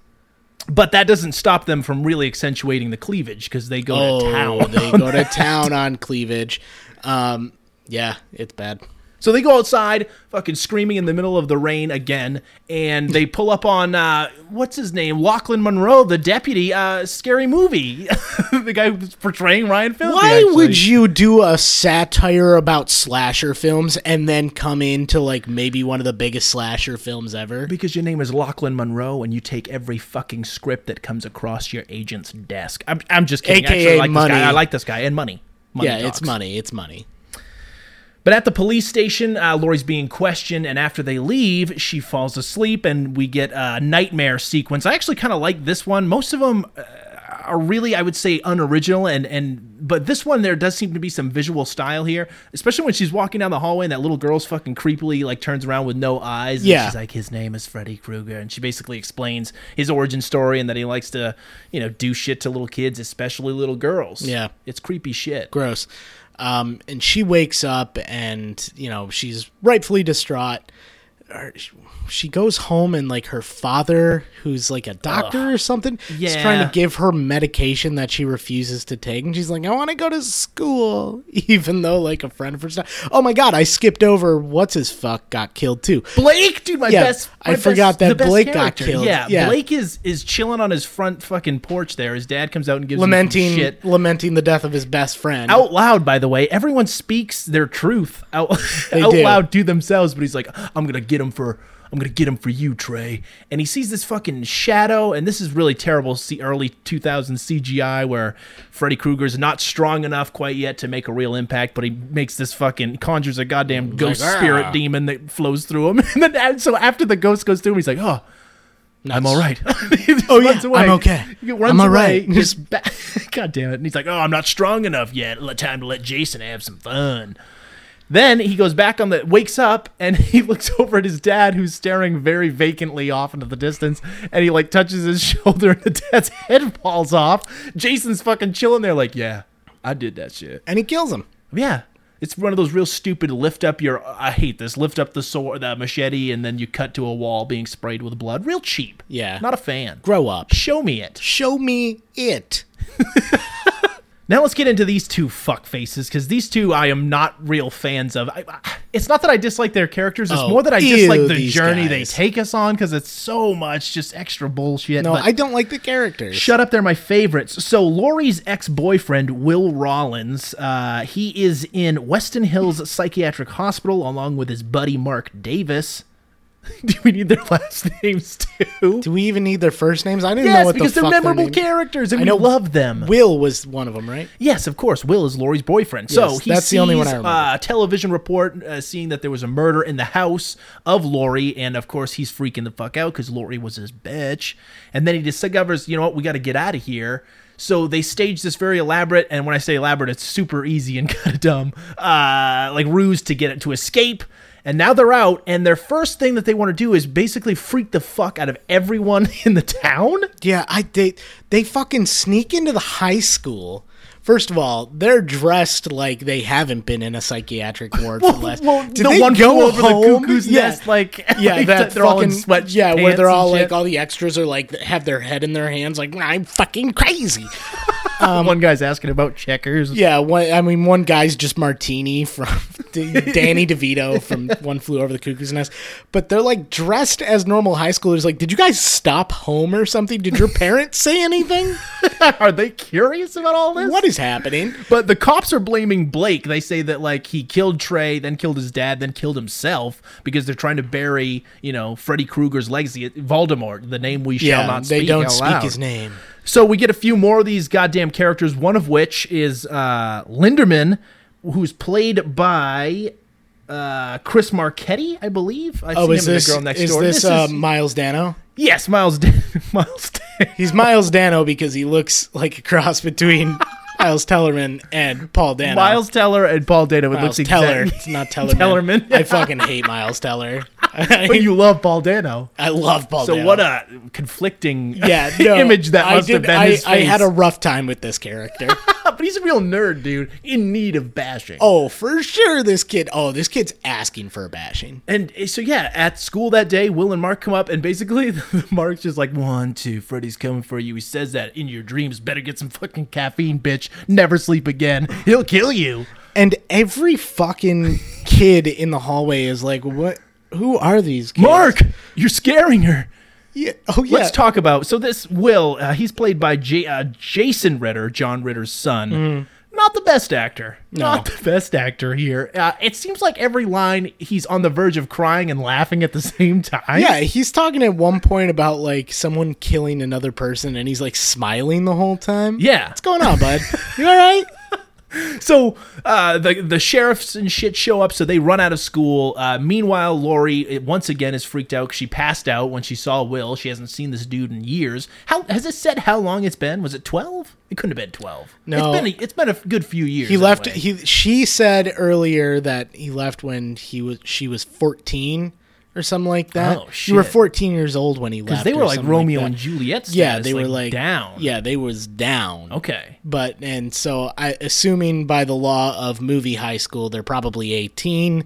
C: But that doesn't stop them from really accentuating the cleavage because they go
B: Oh,
C: to town.
B: they go
C: *laughs*
B: to town on cleavage. Um, yeah, it's bad.
C: So they go outside, fucking screaming in the middle of the rain again, and they pull up on uh, what's his name, Lachlan Monroe, the deputy, uh, scary movie, *laughs* the guy who's portraying Ryan Phillippe.
B: Why
C: actually.
B: would you do a satire about slasher films and then come into like maybe one of the biggest slasher films ever?
C: Because your name is Lachlan Monroe, and you take every fucking script that comes across your agent's desk. I'm, I'm just kidding.
B: AKA
C: Actually, I like
B: money.
C: This guy. I like this guy and money. money
B: yeah, it's
C: talks.
B: money. It's money.
C: But at the police station, uh, Lori's being questioned, and after they leave, she falls asleep, and we get a nightmare sequence. I actually kind of like this one. Most of them uh, are really, I would say, unoriginal, and and but this one there does seem to be some visual style here, especially when she's walking down the hallway and that little girl's fucking creepily like turns around with no eyes. and
B: Yeah.
C: she's like, his name is Freddy Krueger, and she basically explains his origin story and that he likes to, you know, do shit to little kids, especially little girls.
B: Yeah.
C: it's creepy shit.
B: Gross. Um, and she wakes up and, you know, she's rightfully distraught. Or sh- She goes home and like her father, who's like a doctor or something, is
C: Yeah.
B: trying to give her medication that she refuses to take, and she's like, "I want to go to school," *laughs* even though like a friend of hers. died. Oh my god, I skipped over what's his fuck got killed too.
C: Blake, dude, my
B: Yeah,
C: best.
B: I
C: my best-
B: forgot that
C: the best
B: Blake got
C: character.
B: killed.
C: Yeah,
B: Yeah.
C: Blake is is chilling on his front fucking porch. There, his dad comes out and gives him
B: Lamenting,
C: some shit
B: lamenting the death of his best friend.
C: out loud. By the way, everyone speaks their truth out out
B: do.
C: loud to themselves. But he's like, "I'm gonna get him for." I'm gonna get him for you, Trey. And he sees this fucking shadow, and this is really terrible. See, early 2000 CGI where Freddy Krueger's not strong enough quite yet to make a real impact, but he makes this fucking conjures a goddamn ghost
A: "Ah."
C: spirit demon that flows through him. *laughs* And then and so after the ghost goes through him, he's like, "Oh, I'm all right. *laughs* oh
B: yeah, I'm okay. I'm all right.
C: Just back. *laughs* God damn it. And he's like, oh, I'm not strong enough yet. Let- Time to let Jason have some fun. Then he goes back on the wakes up and *laughs* he looks over at his dad who's staring very vacantly off into the distance and he like touches his *laughs* shoulder and the dad's head falls off. Jason's fucking chilling there like, yeah, I did that shit.
B: and he kills him.
C: Yeah. It's one of those real stupid lift up your I hate this lift up the sword the machete and then you cut to a wall being sprayed with blood. Real cheap.
B: Yeah.
C: Not a fan.
B: Grow up.
C: Show me it.
B: Show me it.
C: Now let's get into these two fuck faces because these two I am not real fans of. I, I- it's not that I dislike their characters; it's
B: Oh,
C: more that I
B: ew,
C: dislike the
B: these
C: journey they
B: guys.
C: take us on because it's so much just extra bullshit.
B: No,
C: but-
B: I don't like the characters.
C: Shut up, they're my favorites. So Lori's ex-boyfriend, Will Rollins, uh, he is in Weston Hills Psychiatric Hospital along with his buddy Mark Davis. *laughs* Do we need their last *laughs* names too?
B: Do we even need their first names? I didn't know
C: yes,
B: what
C: because
B: the
C: they're
B: fuck their
C: memorable
B: name-
C: characters and
B: I
C: we
B: know-
C: love them.
B: Will was one of them, right?
C: Yes, of course. Will is Lori's boyfriend. so
B: Yes,
C: he
B: that's
C: sees
B: the only one I remember.
C: uh, a television report uh, seeing that there was a murder in the house of Lori, and of course he's freaking the fuck out because Lori was his bitch. And then he discovers, you know what, we got to get out of here. So they stage this very elaborate, and when I say elaborate, it's super easy and *laughs* kind of dumb, uh, like ruse to get it to escape. And now they're out, and their first thing that they want to do is basically freak the fuck out of everyone *laughs* in the town.
B: Yeah, I they they fucking sneak into the high school. First of all, they're dressed like they haven't been in a *laughs* psychiatric ward for the last.
C: well,
B: Did
C: the
B: they
C: one
B: go
C: flew over the
B: home?
C: cuckoo's
B: Yeah.
C: nest, *laughs* like-
B: *laughs* yeah,
C: like
B: that
C: they're all in
B: fucking-
C: sweatpants
B: yeah, where they're all
C: and
B: like
C: shit.
B: all the extras are like have their head in their hands, like I'm fucking crazy.
C: oh, One guy's asking about checkers.
B: Yeah, one, I mean, one guy's just Martini from *laughs*
C: *laughs*
B: Danny DeVito from One Flew Over the Cuckoo's Nest, but they're like dressed as normal high schoolers. Like, did you guys stop home or something? Did your parents say
C: *laughs*
B: anything?
C: Are they curious about all this?
B: What is happening?
C: But the cops are blaming Blake. They say that like he killed Trey, then killed his dad, then killed himself because they're trying to bury, you know, Freddy Krueger's legacy, Voldemort, the name we shall not speak.
B: they don't
C: out
B: speak
C: loud.
B: his name.
C: So we get a few more of these goddamn characters. One of which is uh, Linderman, who's played by uh, Chris Marchetti, I believe. I
B: Oh,
C: see
B: is
C: him in
B: this
C: the girl next
B: is
C: door.
B: this,
C: is-
B: uh, Miles Dano?
C: yes, *laughs* Miles. Dan- Miles. Dan- *laughs*
B: He's Miles Dano because he looks like a cross between Miles Tellerman and Paul Dano.
C: Miles Teller and Paul Dano. It
B: Miles
C: looks
B: Teller.
C: exact-
B: It's not Tellerman.
C: Tellerman.
B: I fucking hate Miles Teller.
C: *laughs* But
B: I, *laughs*
C: you love Paul Dano.
B: love Paul
C: So
B: Dano.
C: what a conflicting *laughs*
B: yeah, no,
C: image that
B: I
C: must have
B: did-
C: been
B: I,
C: his face. *laughs*
B: I had a rough time with this character.
C: but he's a real nerd, dude, in need of bashing.
B: oh, for sure, this kid. Oh, this kid's asking for a bashing.
C: And uh, so yeah, at school that day, Will and Mark come up, and basically *laughs* Mark's just like one, two, Freddy's coming for you. He says that in your dreams. Better get some fucking caffeine, bitch. Never sleep again. He'll kill you.
B: And every fucking kid in the hallway is like, "What? Who are these kids?"
C: Mark, you're scaring her.
B: Yeah. Oh yeah.
C: Let's talk about so this Will. Uh, he's played by J- uh, Jason Ritter, John Ritter's son.
B: Mm.
C: Not the best actor. Not the best actor here. Uh, it seems like every line he's on the verge of crying and laughing at the *laughs* same time.
B: Yeah, he's talking at one point about like someone killing another person, and he's like smiling the whole time.
C: Yeah.
B: what's going on,
C: *laughs*
B: bud? You all right?
C: So uh, the the sheriffs and shit show up, so they run out of school. Uh, meanwhile, Lori it, once again is freaked out. 'cause She passed out when she saw Will. She hasn't seen this dude in years. How has it said how long it's been? Was it twelve? It couldn't have been twelve.
B: No.
C: it's been a, it's been a good few years.
B: He left.
C: anyway.
B: He she said earlier that he left when he was she was fourteen or something like that.
C: Oh,
B: You were
C: shit.
B: fourteen years old when he left.
C: they
B: or
C: were like
B: something
C: Romeo
B: that.
C: and Juliet.
B: yeah,
C: status,
B: they were like
C: down.
B: Yeah, they was down.
C: Okay.
B: But and so I assuming by the law of movie high school, they're probably eighteen.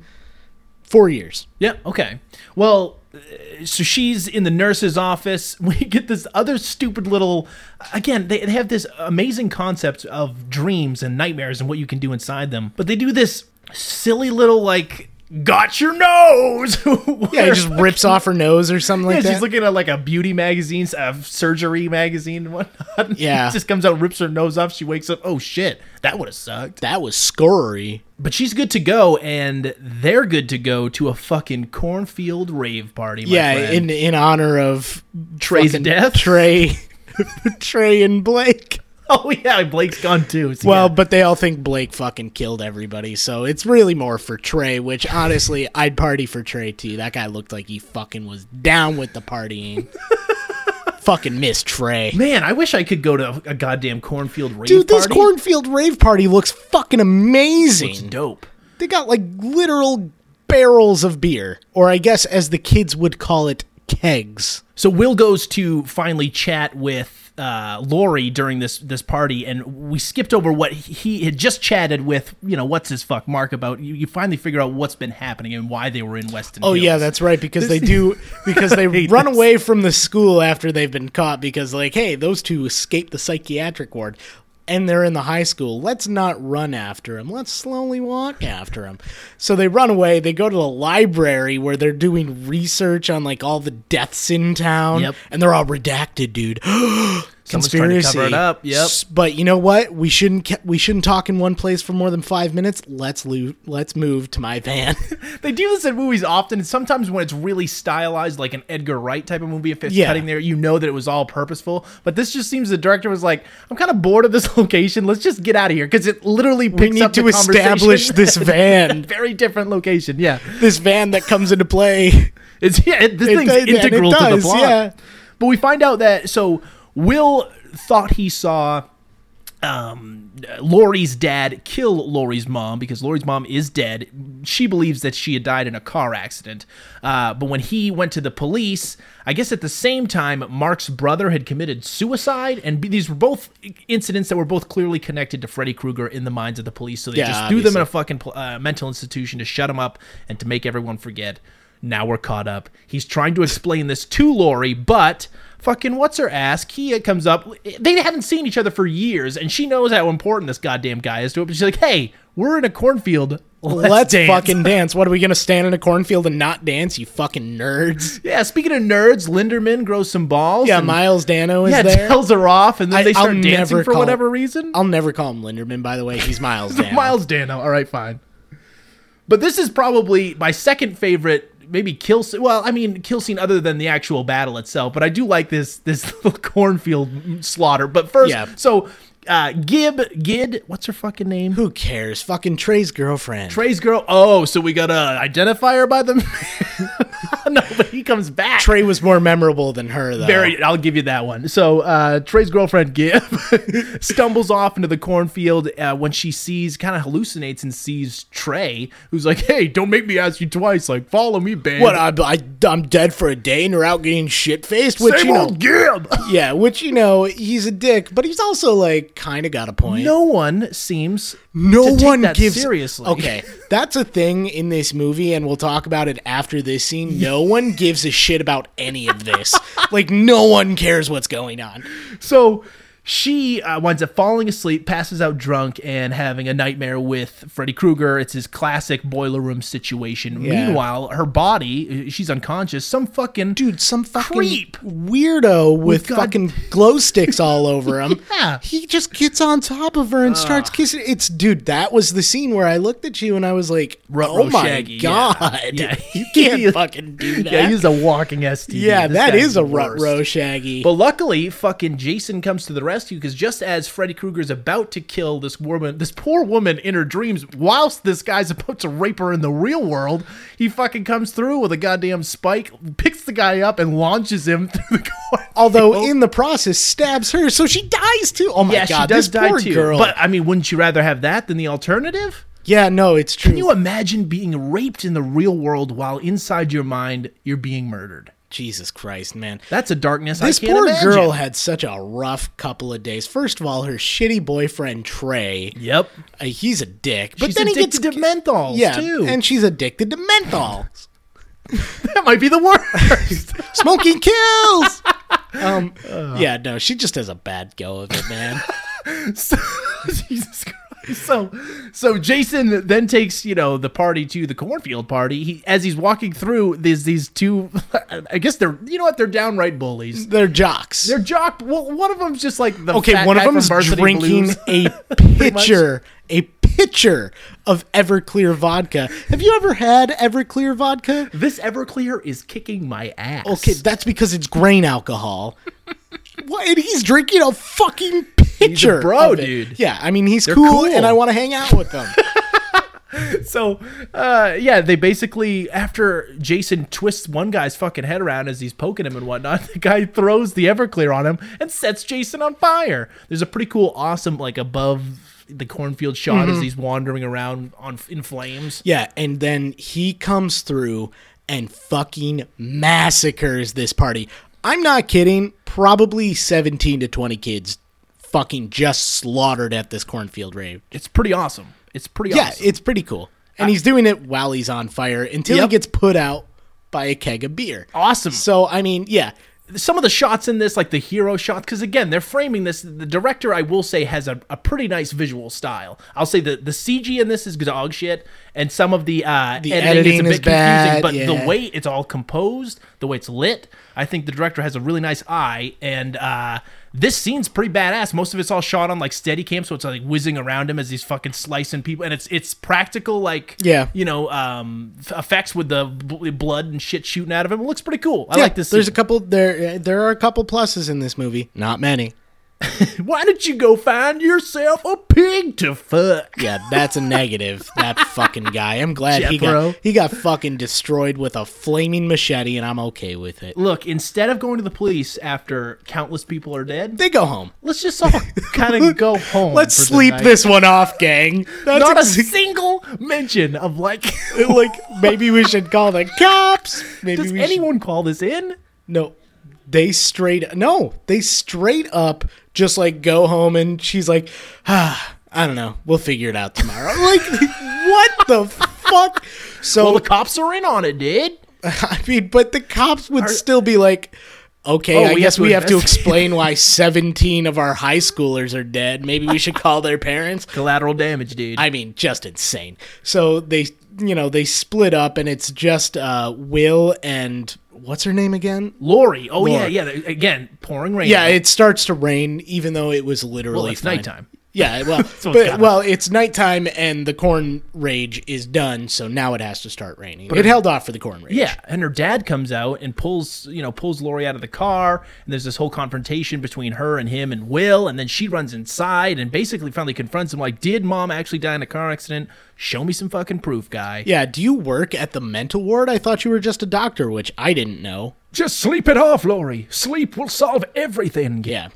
B: Four years.
C: Yeah. Okay. Well, uh, so she's in the nurse's office. *laughs* We get this other stupid little. Again, they, they have this amazing concept of dreams and nightmares and what you can do inside them, but they do this silly little like. Got your nose. *laughs*
B: Yeah, he just rips off her nose or something like
C: Yeah,
B: that.
C: she's looking at like a beauty magazine, a surgery magazine, and whatnot. *laughs*
B: Yeah.
C: just comes out, rips her nose off. She wakes up. Oh shit, that would have sucked.
B: that was scurry.
C: But she's good to go, and they're good to go to a fucking cornfield rave party. My
B: Yeah, in
C: friend.
B: in honor of
C: Trey's
B: fucking
C: death?
B: Trey, *laughs* Trey and Blake.
C: *laughs* Oh yeah, Blake's gone too. so
B: Well,
C: yeah.
B: but they all think Blake fucking killed everybody, so it's really more for Trey. Which *laughs* honestly, I'd party for Trey too. That guy looked like he fucking was down with the *laughs* partying. fucking miss Trey.
C: man, I wish I could go to a goddamn cornfield rave
B: Dude, this
C: party.
B: cornfield rave party looks fucking amazing.
C: It's dope.
B: They got like literal barrels of beer, or I guess as the kids would call it, kegs.
C: So Will goes to finally chat with uh, Lori during this this party, and we skipped over what he had just chatted with. You know, what's his fuck Mark about? You, you finally figure out what's been happening and why they were in Weston.
B: Oh
C: Hills.
B: yeah, that's right because they
C: *laughs*
B: do because they run
C: this.
B: away from the school after they've been caught because like hey, those two escaped the psychiatric ward and they're in the high school. Let's not run after them. Let's slowly walk after them. So they run away. They go to the library where they're doing research on like all the deaths in town
C: Yep.
B: and they're all redacted, dude. *gasps*
C: Someone's trying to cover it up, yep.
B: S- But you know what? We shouldn't ca- we shouldn't talk in one place for more than 5 minutes. Let's lo- let's move to my van. *laughs*
C: They do this in movies often, and sometimes when it's really stylized, like an Edgar Wright type of movie, if it's
B: Yeah.
C: cutting there, you know that it was all purposeful. But this just seems the director was like, "I'm kind of bored of this *laughs* location. Let's just get out of here," because it literally picks
B: we need
C: up the
B: to establish
C: conversation.
B: this van
C: *laughs* very different location. Yeah,
B: this van that comes into play
C: it's yeah, it, this
B: It
C: thing's
B: does- and it
C: integral to the
B: does,
C: plot.
B: yeah.
C: But we find out that so Will thought he saw um Lori's dad kill Lori's mom because Lori's mom is dead. She believes that she had died in a car accident. Uh, but when he went to the police, I guess at the same time Mark's brother had committed suicide and b- these were both incidents that were both clearly connected to Freddy Krueger in the minds of the police so they
B: Yeah,
C: just threw them
B: obviously.
C: in a a fucking pl- uh, mental institution to shut him up and to make everyone forget. Now we're caught up. He's trying to explain this to Lori, but fucking what's her ass? Kia comes up. They haven't seen each other for years, and she knows how important this goddamn guy is to it. But she's like, "Hey, we're in a cornfield. *laughs* Let's,
B: let's,
C: dance."
B: fucking dance what are we gonna stand in a cornfield and not dance you fucking
C: *laughs*
B: nerds
C: yeah." Speaking of nerds, Linderman grows some balls.
B: yeah
C: and-
B: miles dano is
C: yeah,
B: there
C: tells her off, and then
B: I-
C: they start
B: I'll
C: dancing
B: never
C: for
B: call-
C: whatever reason.
B: i'll never call him linderman by the way he's miles dano
C: *laughs* Miles Dano. All right, fine. But this is probably my second favorite, maybe kill. Scene. Well, I mean, kill scene other than the actual battle itself. But I do like this this *laughs* little cornfield slaughter. But first,
B: Yeah.
C: so uh, Gib Gid, what's her fucking name?
B: who cares fucking trey's girlfriend
C: uh, *laughs* Trey's girl. Oh, so we gotta identify her by the. no, but he comes back.
B: Trey was more memorable than her, though.
C: Very, I'll give you that one. So uh, Trey's girlfriend Gib *laughs* stumbles off into the cornfield uh, when she sees, kind of hallucinates and sees Trey, who's like, "Hey, don't make me ask you twice. Like, follow me, babe."
B: What I, I I'm dead for a day and you're out getting shit faced, which
C: Same
B: you know,
C: old Gib.
B: yeah, which you know, he's a dick, but he's also like kind of got a point.
C: no one seems
B: no
C: to take
B: one
C: that
B: gives
C: seriously.
B: Okay, that's a thing in this movie, and we'll talk about it after this scene. *laughs* No one gives a shit about any of this. like no one cares what's going on.
C: So she uh, winds up falling asleep, passes out drunk, and having a nightmare with Freddy Krueger. It's his classic boiler room situation.
B: Yeah.
C: Meanwhile, her body, uh, she's unconscious. Some fucking *laughs*
B: Dude, some fucking
C: Creep.
B: weirdo with
C: got-
B: fucking glow sticks all over *laughs* him.
C: Yeah.
B: He just gets on top of her and starts kissing. It's dude, that was the scene where I looked at you and I was like, "Oh
C: Ruh-roh
B: my
C: Shaggy, yeah.
B: god,
C: Yeah.
B: *laughs* you can't fucking *laughs* do that."
C: Yeah, he's a walking STD.
B: Yeah,
C: This
B: that
C: guy's
B: is
C: the
B: a rut
C: worst.
B: row shaggy.
C: But luckily, fucking Jason comes to the rescue because just as Freddy Krueger's about to kill this woman, this poor woman in her dreams, whilst this guy's *laughs* about to rape her in the real world, he fucking comes through with a goddamn spike, picks the guy up, and launches him *laughs* through the corner.
B: Although in the process stabs her, so she dies too. Oh my
C: yeah,
B: god,
C: she does
B: this
C: die
B: poor
C: too.
B: girl.
C: But I mean, wouldn't you rather have that than the alternative?
B: yeah, no, it's true.
C: Can you imagine being raped in the real world while inside your mind you're being murdered?
B: Jesus Christ, man.
C: That's a darkness
B: This
C: I can't
B: poor
C: imagine.
B: girl had such a rough couple of days. First of all, her shitty boyfriend Trey,
C: Yep.
B: uh, he's a dick. But
C: But She's
B: then he gets
C: to menthols
B: yeah,
C: too.
B: and she's addicted to menthol.
C: that might be
B: *laughs*
C: the worst.
B: Smoking
C: *laughs*
B: kills. Um,
C: Uh.
B: yeah, no, she just has a bad go of it, man.
C: so, Jesus Christ. So, so Jason then takes you know the party to the cornfield party. He, as he's walking through, there's these two. *laughs* I guess they're you know what they're downright bullies.
B: They're jocks.
C: *laughs* They're jock. Well, one of them's just like the
B: Okay,
C: fat
B: one of
C: guy from
B: them's
C: Varsity
B: drinking
C: Blues. *laughs*
B: a
C: much.
B: pitcher, a pitcher of Everclear vodka. Have you ever had Everclear vodka?
C: This Everclear is kicking my ass.
B: Okay, that's because it's grain
C: *laughs*
B: alcohol. what? And he's drinking a fucking pitcher,
C: bro,
B: of it.
C: dude.
B: Yeah, I mean he's cool,
C: cool.
B: and I want to hang out with him.
C: so uh, yeah, they basically after Jason twists one guy's fucking head around as he's poking him and whatnot, *laughs* the guy throws the Everclear on him and sets Jason on fire. There's a pretty cool, awesome like above the cornfield shot as he's wandering around on in flames.
B: *laughs* yeah, and then he comes through and fucking massacres this party. I'm not kidding. Probably 17 to 20 kids fucking just slaughtered at this cornfield rave.
C: It's pretty awesome. It's pretty
B: Yeah,
C: awesome.
B: it's pretty cool. And he's doing it while he's on fire until
C: Yep.
B: he gets put out by a keg of beer.
C: Awesome.
B: So I mean, yeah.
C: some of the shots in this, like the hero shot, because again, they're framing this. The director, I will say, has a, a pretty nice visual style. I'll say the the CG in this is dog shit, and some of the uh,
B: The editing is bad,
C: but
B: yeah.
C: the way it's all composed, the way it's lit, I think the director has a really nice eye. And uh, this scene's pretty badass. Most of it's all shot on like Steadicam, so it's like whizzing around him as he's fucking slicing people, and it's it's practical, like
B: Yeah.
C: you know, um, f- effects with the bl- blood and shit shooting out of him. It looks pretty cool. I
B: Yeah,
C: like this.
B: There's
C: scene.
B: a couple there there are a couple pluses in this movie. Not many.
C: Why don't you go find yourself a pig to fuck?
B: Yeah, that's a negative. *laughs* that fucking guy. I'm glad he
C: Jethro.
B: got he got fucking destroyed with a flaming machete and I'm okay with it.
C: Look, instead of going to the police after countless people are dead,
B: They go home.
C: let's just all kind *laughs* of go home.
B: Let's
C: for the
B: sleep
C: night.
B: this one off, gang. That's
C: *laughs* Not a
B: exa-
C: single mention of *laughs* like.
B: like maybe we should call the cops. Maybe
C: does
B: we should-
C: anyone call this in?
B: No, they straight no, they straight up just like go home and she's like, ah, I don't know, we'll figure it out tomorrow. *laughs* like, what the fuck? So
C: Well, the cops are in on it, dude.
B: *laughs* I mean, but the cops would still be like. Okay,
C: Oh,
B: I
C: we
B: guess
C: have to
B: we have to
C: investigate."
B: explain why 17 of our high schoolers are dead. Maybe we should call their parents.
C: Collateral damage, dude.
B: I mean, just insane. So they, you know, they split up and it's just uh, Will and what's her name again?
C: Lori. Oh
B: Lori.
C: yeah, yeah. Again, pouring rain.
B: Yeah, it starts to rain, even though it was literally
C: Well, it's
B: fine.
C: nighttime. *laughs*
B: Yeah, well,
C: So it's
B: but,
C: gotta-
B: well, it's nighttime and the corn rage is done, so now it has to start raining. it held off for the corn rage.
C: Yeah, and her dad comes out and pulls, you know, pulls Lori out of the car, and there's this whole confrontation between her and him and Will, and then she runs inside and basically finally confronts him like, "Did mom actually die in a car accident? Show me some fucking proof, guy."
B: Yeah, do you work at the mental ward? I thought you were just a doctor, which I didn't know.
C: Just sleep it off, Lori. Sleep will solve everything.
B: Yeah.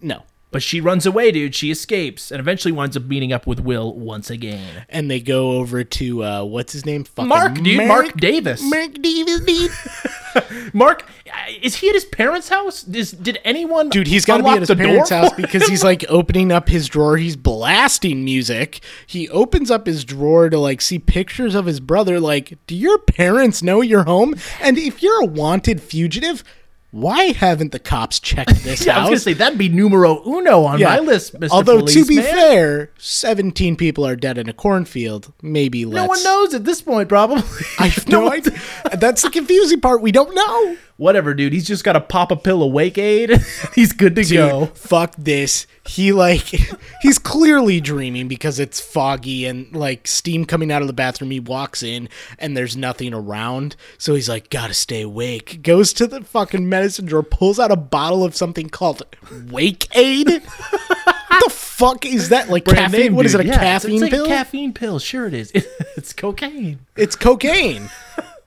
B: No.
C: But she runs away, dude. She escapes and eventually winds up meeting up with Will once again.
B: And they go over to uh what's his name? Fucking
C: Mark, dude. Mark, Davis.
B: Mark Davis, dude.
C: Mark, uh, is he at his parents' house? Is, did anyone
B: Dude, he's got to be
C: unlock
B: at his
C: the door
B: parents'
C: for
B: house
C: him?
B: because he's like opening up his drawer. He's blasting music. He opens up his drawer to like see pictures of his brother. Like, do your parents know you're home? And if you're a wanted fugitive, why haven't the cops
C: *laughs*
B: checked this
C: Yeah, I was
B: house?
C: gonna say that'd be numero uno on my list, Mister
B: Although to be
C: Policeman.
B: fair, seventeen people are dead in a cornfield. Maybe
C: no
B: let's.
C: one knows at this point, probably.
B: *laughs* I have *laughs*
C: *laughs*
B: no idea. That's the confusing part. We don't know.
C: Whatever, dude. He's just got to pop a pill of Wake Aid. *laughs* he's good to
B: Dude,
C: go.
B: fuck this. He like *laughs* he's clearly dreaming because it's foggy and like steam coming out of the bathroom. He walks in and there's nothing around. So he's like, gotta stay awake. Goes to the fucking medicine drawer, pulls out a bottle of something called Wake
C: *laughs*
B: Aid. what the fuck is that? Like
C: Brand
B: caffeine?
C: name,
B: what is it? A
C: dude. Yeah, it's-
B: caffeine
C: it's like
B: pill?
C: a caffeine pill. Sure, it is. *laughs* it's cocaine.
B: It's cocaine.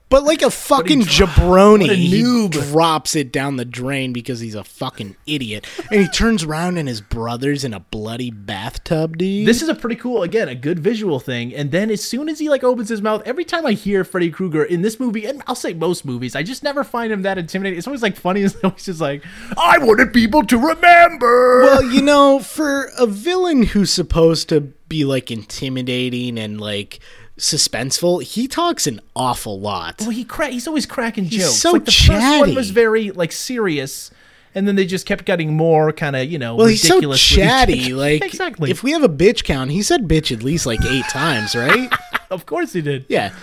B: But like
C: *laughs*
B: a fucking jabroni,
C: what a
B: he
C: noob.
B: drops it down the drain because he's a fucking idiot. And he turns around and his brother's in a bloody bathtub, dude.
C: This is a pretty cool, again, a good visual thing. And then as soon as he like opens his mouth, every time I hear Freddy Krueger in this movie, and I'll say most movies, I just never find him that intimidating. It's always like funny. *laughs* It's always just like, I wanted people to remember.
B: well, you know, for a villain who's supposed to be like intimidating and like suspenseful, he talks an awful lot.
C: Well, he cra- he's always cracking jokes.
B: so
C: like the first
B: chatty.
C: one was very like serious, and then they just kept getting more kind of you know.
B: Well, he's so
C: ridiculous with each- *laughs*
B: chatty. Like,
C: exactly.
B: if we have a bitch count, he said bitch at least like eight times,
C: *laughs*
B: right?
C: of course he did.
B: Yeah.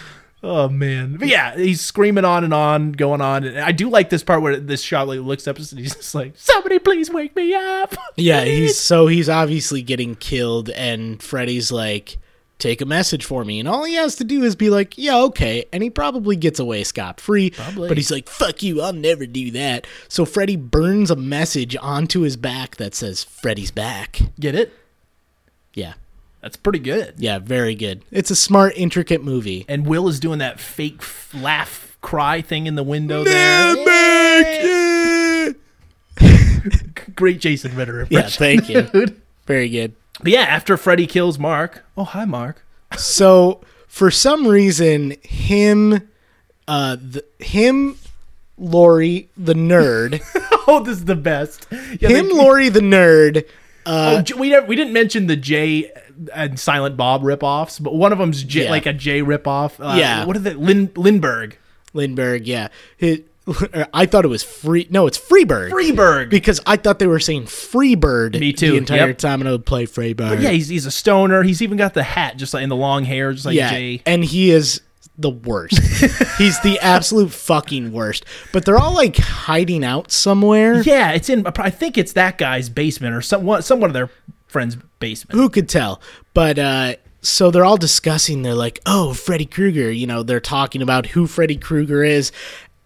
C: Oh man. But yeah, he's screaming on and on, going on. And I do like this part where this shot like looks up and he's just like, "Somebody please wake me up." *laughs*
B: Yeah,
C: please."
B: he's so he's obviously getting killed, and Freddy's like, "Take a message for me," and all he has to do is be like, "Yeah, okay," and he probably gets away scot free.
C: Probably.
B: But he's like, "Fuck you, I'll never do that." So Freddy burns a message onto his back that says, "Freddy's back."
C: get it.
B: Yeah,
C: That's pretty good.
B: yeah, very good. It's a smart, intricate movie.
C: And Will is doing that fake f- laugh cry thing in the window there. Great Jason Ritter
B: Yeah,
C: impression.
B: thank you.
C: dude.
B: Very good.
C: But yeah, after Freddy kills Mark. Oh, hi Mark. *laughs*
B: So for some reason, him, uh, the, him, Lori the
C: *laughs*
B: nerd.
C: Oh, this is the best. Yeah,
B: him,
C: they-
B: Lori the nerd. Uh,
C: oh, J- we never, we didn't mention the Jay and Silent Bob ripoffs, but one of them's J,
B: Yeah.
C: like a Jay ripoff. Uh,
B: Yeah.
C: What are they? Lin, Lindbergh.
B: Lindbergh, yeah. He- *laughs* I thought it was free. No, it's Freeberg.
C: Freeberg.
B: Because I thought they were saying Freebird
C: Me too,
B: the entire
C: yep.
B: time, and I would play Freebird.
C: yeah, he's, he's a stoner. He's even got the hat, just like in the long hair, just like
B: yeah.
C: Jay.
B: And he is the
C: *laughs*
B: worst. He's the absolute fucking worst. But they're all like hiding out somewhere.
C: Yeah, it's in. I think it's that guy's basement or some one, someone of their friends' basement.
B: who could tell? But uh, so they're all discussing. They're like, "Oh, Freddy Krueger." You know, they're talking about who Freddy Krueger is,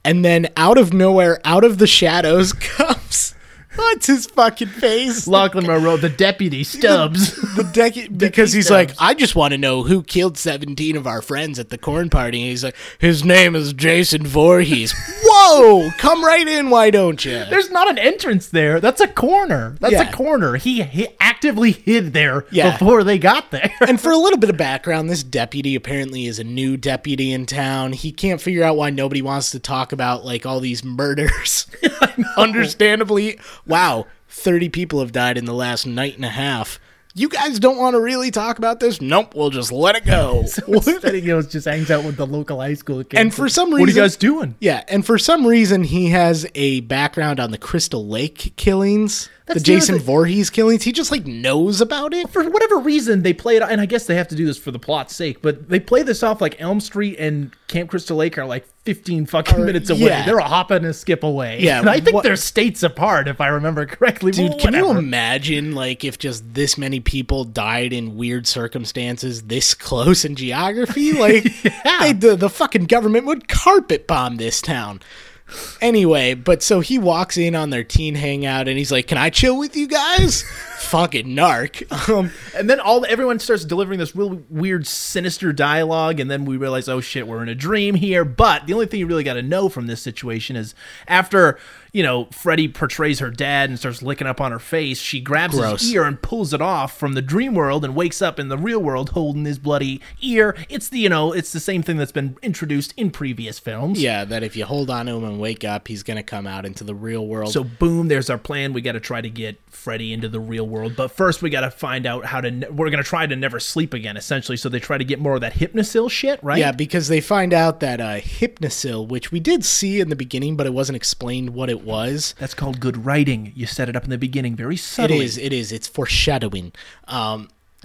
B: and then out of nowhere, out of the shadows *laughs* comes what's his fucking face?
C: Lachlan Monroe,
B: *laughs*
C: the deputy Stubbs.
B: The dec- because he's
C: Stubbs.
B: like, I just want to know who killed seventeen of our friends at the corn party. And he's like, his name is Jason Voorhees. *laughs* Whoa, come right in, why don't you?
C: There's not an entrance there. That's a corner. That's
B: Yeah.
C: a corner. He, he actively hid there
B: Yeah.
C: before they got there.
B: and for a little bit of background, this deputy apparently is a new deputy in town. He can't figure out why nobody wants to talk about like all these murders. *laughs*
C: *laughs*
B: Understandably, wow, 30 people have died in the last night and a half. You guys don't want to really talk about this? Nope, we'll just let it
C: *laughs*
B: go.
C: Steady Gills just hangs out with the local high school kids.
B: And for some
C: what are you
B: reason-
C: guys doing?
B: yeah, and for some reason he has a background on the Crystal Lake killings.
C: That's
B: the
C: the other
B: Jason
C: thing.
B: Voorhees killings. He just like knows about it.
C: for whatever reason they play it and i guess they have to do this for the plot's sake but they play this off like elm street and camp crystal lake are like 15 fucking minutes away
B: yeah.
C: they're a hop and a skip away
B: Yeah,
C: *laughs* and i think
B: what-
C: they're states apart if i remember correctly
B: Dude,
C: but
B: can you
C: whatever.
B: imagine like if just this many people died in weird circumstances this close in
C: *laughs*
B: geography? Like they, the, the fucking government would carpet bomb this town. Anyway, but so he walks in on their teen hangout and he's like, "Can I chill with you
C: *laughs*
B: guys?" fucking narc. Um,
C: and then all everyone starts delivering this real weird sinister dialogue and then we realize oh shit we're in a dream here but the only thing you really got to know from this situation is after you know freddy portrays her dad and starts licking up on her face she grabs
B: Gross.
C: his ear and pulls it off from the dream world and wakes up in the real world holding his bloody ear it's the you know it's the same thing that's been introduced in previous films
B: yeah, that if you hold on to him and wake up, he's gonna come out into the real world.
C: So boom, there's our plan. We got to try to get Freddy into the real world, but first we got to find out how to. Ne- we're gonna try to never sleep again, essentially. So they try to get more of that hypnosil shit, right?
B: Yeah, because they find out that uh, hypnosil, which we did see in the beginning, but it wasn't explained what it was.
C: that's called good writing. You set it up in the beginning, very
B: It
C: subtly.
B: is. It is. It's foreshadowing.
C: *laughs*
B: Um, *laughs*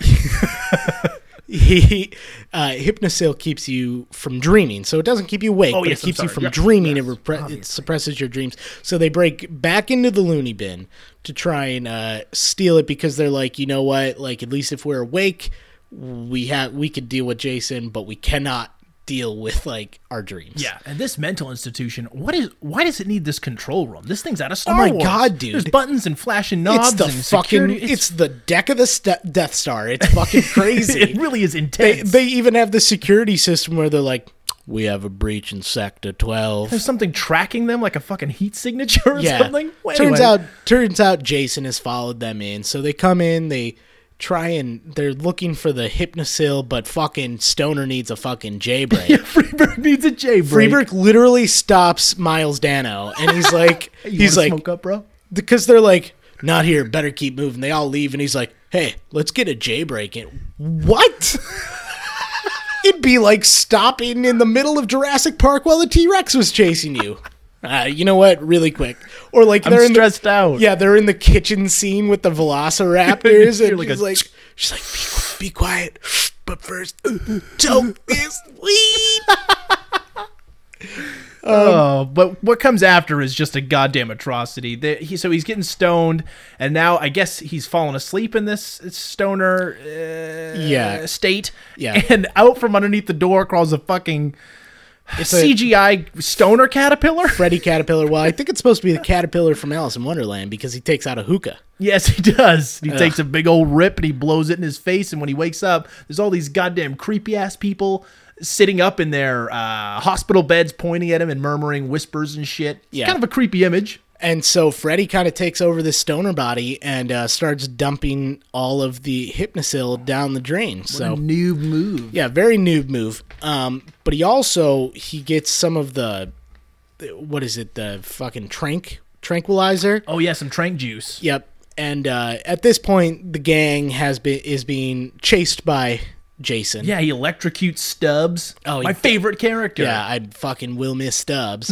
B: he, uh, hypnosil keeps you from dreaming, so it doesn't keep you awake. but
C: Oh, yes,
B: it
C: I'm
B: keeps you
C: sorry.
B: from
C: Yeah.
B: dreaming.
C: Yes,
B: it, repre- it suppresses your dreams. So they break back into the loony bin to try and uh, steal it because they're like, you know what? Like at least if we're awake, we have we could deal with Jason, but we cannot deal with like our dreams.
C: Yeah, and this mental institution. What is? Why does it need this control room? This thing's out of Star
B: Oh my
C: Wars.
B: God, dude.
C: There's buttons and flashing knobs.
B: It's the
C: and
B: fucking.
C: security-
B: It's, the deck of the st- Death Star. It's
C: *laughs*
B: fucking crazy.
C: it really is
B: they,
C: intense.
B: they even have the security system where they're like, we have a breach in sector 12.
C: There's something tracking them, like a fucking heat signature
B: *laughs*
C: or
B: Yeah.
C: something. Well,
B: turns
C: anyway. *laughs*
B: out turns out Jason has followed them in. So they come in, they try and they're looking for the hypnosil, but fucking Stoner needs a fucking J
C: *laughs*
B: break.
C: Freeberg needs a J break.
B: Freeberg literally stops Miles Dano and he's like
C: *laughs* You
B: he's
C: wanna
B: like
C: smoke up, bro.
B: because they're like, not here, better keep moving. They all leave, and he's like, hey, let's get a J break. And what? *laughs* It'd be like stopping in the middle of Jurassic Park while a T Rex was chasing you. Uh, you know what? Really quick, or like they're in
C: stressed
B: the,
C: out.
B: Yeah, they're in the kitchen scene with the
C: *laughs*
B: Velociraptors,
C: You're
B: and
C: like
B: like
C: a-
B: she's like, she's like, be, quiet, be quiet, but first, choke this
C: *laughs*
B: weed.
C: Oh, but what comes after is just a goddamn atrocity. They, he, so he's getting stoned, and now I guess he's fallen asleep in this stoner uh,
B: Yeah.
C: state.
B: Yeah.
C: *laughs* and out from underneath the door crawls a fucking
B: a-
C: CGI stoner caterpillar.
B: Freddy Caterpillar. Well, I think it's supposed to be the Caterpillar from Alice in Wonderland because he takes out a hookah.
C: *laughs* Yes, he does. He takes a big old rip and he blows it in his face. And when he wakes up, there's all these goddamn creepy ass people sitting up in their uh, hospital beds, pointing at him and murmuring whispers and shit. It's
B: Yeah.
C: kind of a creepy image.
B: And so Freddy kind of takes over this stoner body and uh, starts dumping all of the hypnosil down the drain. So
C: Noob move.
B: yeah, very noob move. Um, but he also he gets some of the what is it the fucking trank tranquilizer.
C: Oh yeah, some trank juice.
B: Yep. And uh, at this point, the gang has been is being chased by Jason.
C: Yeah, he electrocutes Stubbs.
B: Oh, he-
C: my favorite character.
B: Yeah, I fucking will miss Stubbs.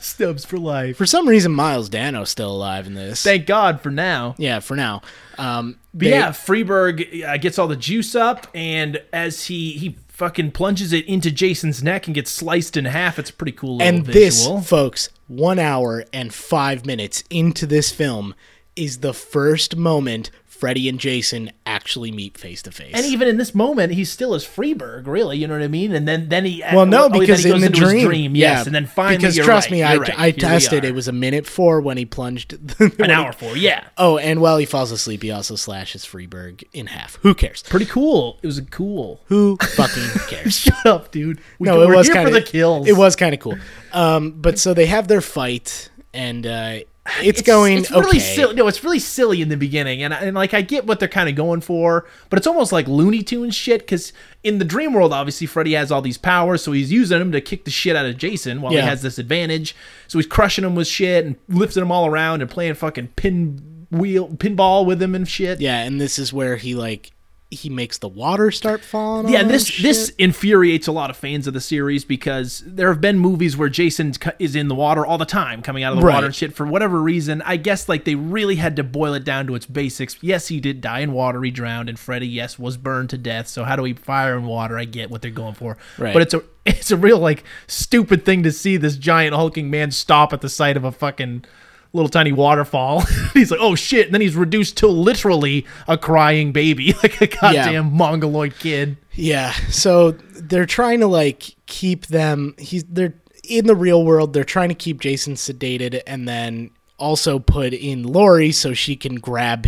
C: Stubbs for life.
B: For some reason, Miles Dano's still alive in this.
C: Thank God for now.
B: yeah, for now. Um,
C: But
B: they-
C: yeah, Freeberg uh, gets all the juice up, and as he he fucking plunges it into Jason's neck and gets sliced in half. It's a pretty cool. Little
B: And
C: visual.
B: this, folks, one hour and five minutes into this film is the first moment Freddy and Jason actually meet face to
C: And
B: face.
C: even in this moment, he's still as Freeberg, really. You know what I mean? And then then he
B: Well, no,
C: oh, then
B: because
C: he
B: in
C: goes
B: the
C: into his
B: dream,
C: yes.
B: yeah,
C: And then finally,
B: because
C: you're
B: trust
C: right,
B: me,
C: you're
B: I,
C: right.
B: I
C: Here we
B: tested.
C: are.
B: It was a minute four when he plunged *laughs*
C: an hour for yeah.
B: Oh, and while he falls asleep, he also slashes Freeberg in half. Who cares?
C: Pretty cool. It was a cool. *laughs*
B: Who fucking cares?
C: Shut up, dude. We,
B: no, it
C: we're
B: was
C: here
B: kind
C: for
B: of
C: the kills.
B: It was kind of cool. Um, but so they have their fight, and uh, it's,
C: It's-
B: going
C: It's really
B: okay.
C: silly. No, it's really silly in the beginning, and and like I get what they're kind of going for, but it's almost like Looney Tunes shit. Because in the dream world, obviously Freddy has all these powers, so he's using them to kick the shit out of Jason while
B: Yeah.
C: he has this advantage. So he's crushing him with shit and lifting him all around and playing fucking pin wheel pinball with him and shit.
B: Yeah, and this is where he like he makes the water start falling.
C: Yeah,
B: on
C: and this
B: him,
C: this
B: shit.
C: infuriates a lot of fans of the series because there have been movies where Jason c- is in the water all the time, coming out of the
B: Right.
C: water and shit for whatever reason. I guess like they really had to boil it down to its basics. Yes, he did die in water, he drowned, and Freddy, yes, was burned to death. So how do we fire in water? I get what they're going for,
B: Right.
C: but it's a *laughs* it's a real like stupid thing to see this giant hulking man stop at the sight of a fucking little tiny waterfall. *laughs* he's like, oh shit, and then he's reduced to literally a crying baby, *laughs* like a goddamn mongoloid kid.
B: Yeah. So they're trying to like keep them he's they're in the real world, they're trying to keep Jason sedated and then also put in Lori so she can grab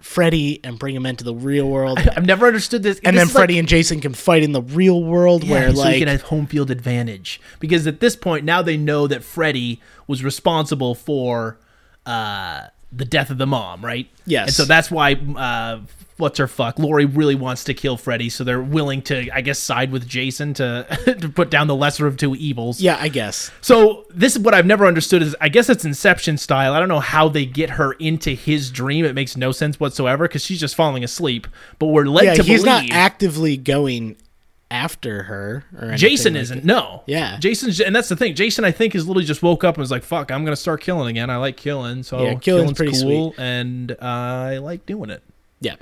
B: Freddy and bring him into the real world.
C: I've never understood this.
B: And
C: This
B: then
C: is like-
B: Freddy and Jason can fight in the real world
C: Yeah,
B: where
C: so you
B: like
C: can have home field advantage because at this point now they know that Freddy was responsible for uh, the death of the mom, right?
B: Yes.
C: and so that's why uh, what's her fuck Lori really wants to kill Freddy, so they're willing to, I guess, side with Jason to *laughs* to put down the lesser of two evils.
B: Yeah, I guess.
C: So this is what I've never understood is I guess it's Inception style. I don't know how they get her into his dream. It makes no sense whatsoever because she's just falling asleep. But we're led
B: Yeah,
C: to
B: he's
C: believe
B: not actively going after her or anything
C: Jason
B: like
C: isn't.
B: that.
C: No.
B: Yeah.
C: Jason's, and that's the thing. Jason, I think, is literally just woke up and was like, "Fuck, I'm gonna start killing again. I like killing, so
B: Yeah,
C: killing's,
B: killing's pretty
C: cool, and I like doing it."
B: Yeah.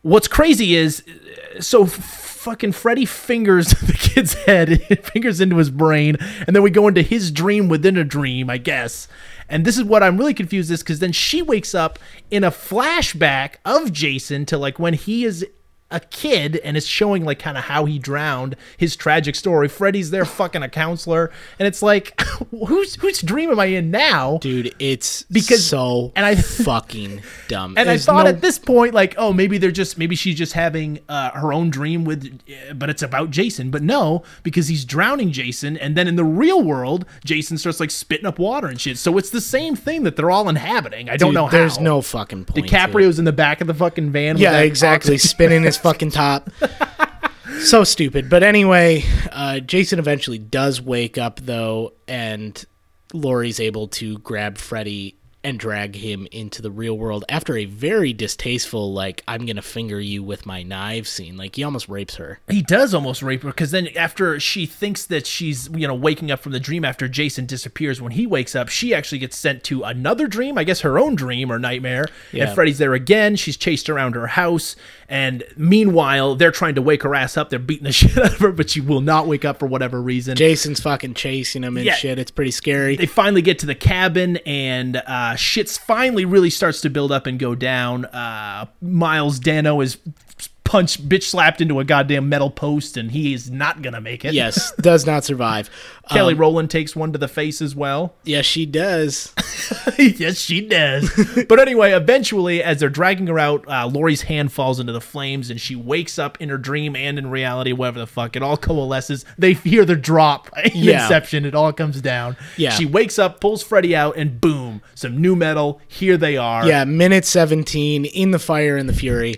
C: What's crazy is, uh, so f- fucking Freddy fingers *laughs* the kid's head, *laughs* fingers into his brain, and then we go into his dream within a dream, I guess. And this is what I'm really confused is because then she wakes up in a flashback of Jason to like when he is a kid and it's showing like kind of how he drowned his tragic story freddy's there fucking a counselor and it's like *laughs* whose whose dream am i in now
B: Dude, it's
C: Because-
B: so *laughs*
C: and I-
B: fucking dumb.
C: and
B: There's
C: I thought
B: no
C: at this point, like, oh, maybe they're just maybe she's just having uh, her own dream with, but it's about Jason. But no, because he's drowning Jason, and then in the real world, Jason starts like spitting up water and shit. So it's the same thing that they're all inhabiting. I don't
B: Dude,
C: know how.
B: There's no fucking point. to it.
C: DiCaprio's in the back of the fucking van. with
B: Yeah,
C: that
B: exactly.
C: oxy-
B: Spinning *laughs* his fucking top. so stupid. But anyway, uh, Jason eventually does wake up though, and Laurie's able to grab Freddy and drag him into the real world after a very distasteful, like "I'm gonna finger you with my knife" scene. Like he almost rapes her.
C: He does almost rape her because then after she thinks that she's you know waking up from the dream after Jason disappears when he wakes up she actually gets sent to another dream I guess her own dream or nightmare
B: Yeah.
C: and Freddy's there again she's chased around her house and meanwhile they're trying to wake her ass up they're beating the *laughs* shit out of her but she will not wake up for whatever reason
B: Jason's fucking chasing him and
C: Yeah.
B: shit. It's pretty
C: *laughs*
B: scary.
C: they finally get to the cabin and uh, shit's finally really starts to build up and go down. Uh, Miles Dano is punched, bitch slapped into a goddamn metal post, and he is not gonna make it.
B: yes, does not *laughs* survive. Uh,
C: Kelly Rowland takes one to the face as well.
B: *laughs* yes, she does.
C: yes, she does. *laughs* but anyway, eventually, as they're dragging her out, uh, Lori's hand falls into the flames, and she wakes up in her dream and in reality, whatever the fuck. It all coalesces. They hear the drop. *laughs* In
B: Yeah.
C: Inception. It all comes down.
B: Yeah.
C: She wakes up, pulls Freddy out, and boom, some new metal. Here they
B: *laughs*
C: are.
B: Yeah, minute 17 in the fire and the fury.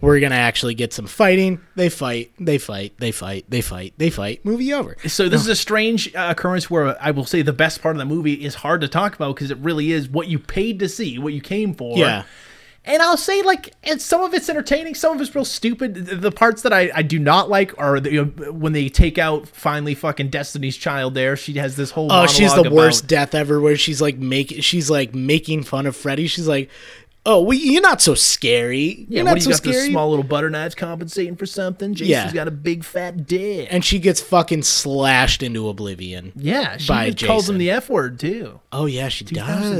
B: We're going to actually get some fighting. They fight, they fight, they fight, they fight, they fight. Movie over.
C: So this is a strange uh, occurrence where I will say the best part of the movie is hard to talk about because it really is what you paid to see, what you came for.
B: Yeah.
C: And I'll say like, and some of it's entertaining, some of it's real stupid. The- The parts that I, I do not like are the, when they take out finally fucking Destiny's Child. There, she has this whole
B: Oh, she's
C: monologue
B: the worst
C: about-
B: death ever where she's like make she's like making fun of Freddy. She's like, "Oh, well, you're not so scary.
C: Yeah,
B: You're not
C: what do
B: so
C: you got? Those
B: scary."
C: small little butter knives compensating for something. Jason's
B: Yeah.
C: got a big fat dick.
B: and she gets fucking slashed into oblivion.
C: yeah, she
B: by
C: even calls him
B: Jason.
C: the F word too.
B: Oh yeah, she does.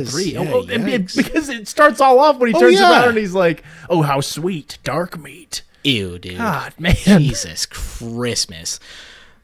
C: 2003.
B: Yeah,
C: oh, oh, and- and
B: yikes. Oh,
C: because it starts all off when he turns
B: yeah.
C: around and he's like, "Oh, how sweet, dark meat."
B: Ew, dude.
C: God, man.
B: Jesus Christmas.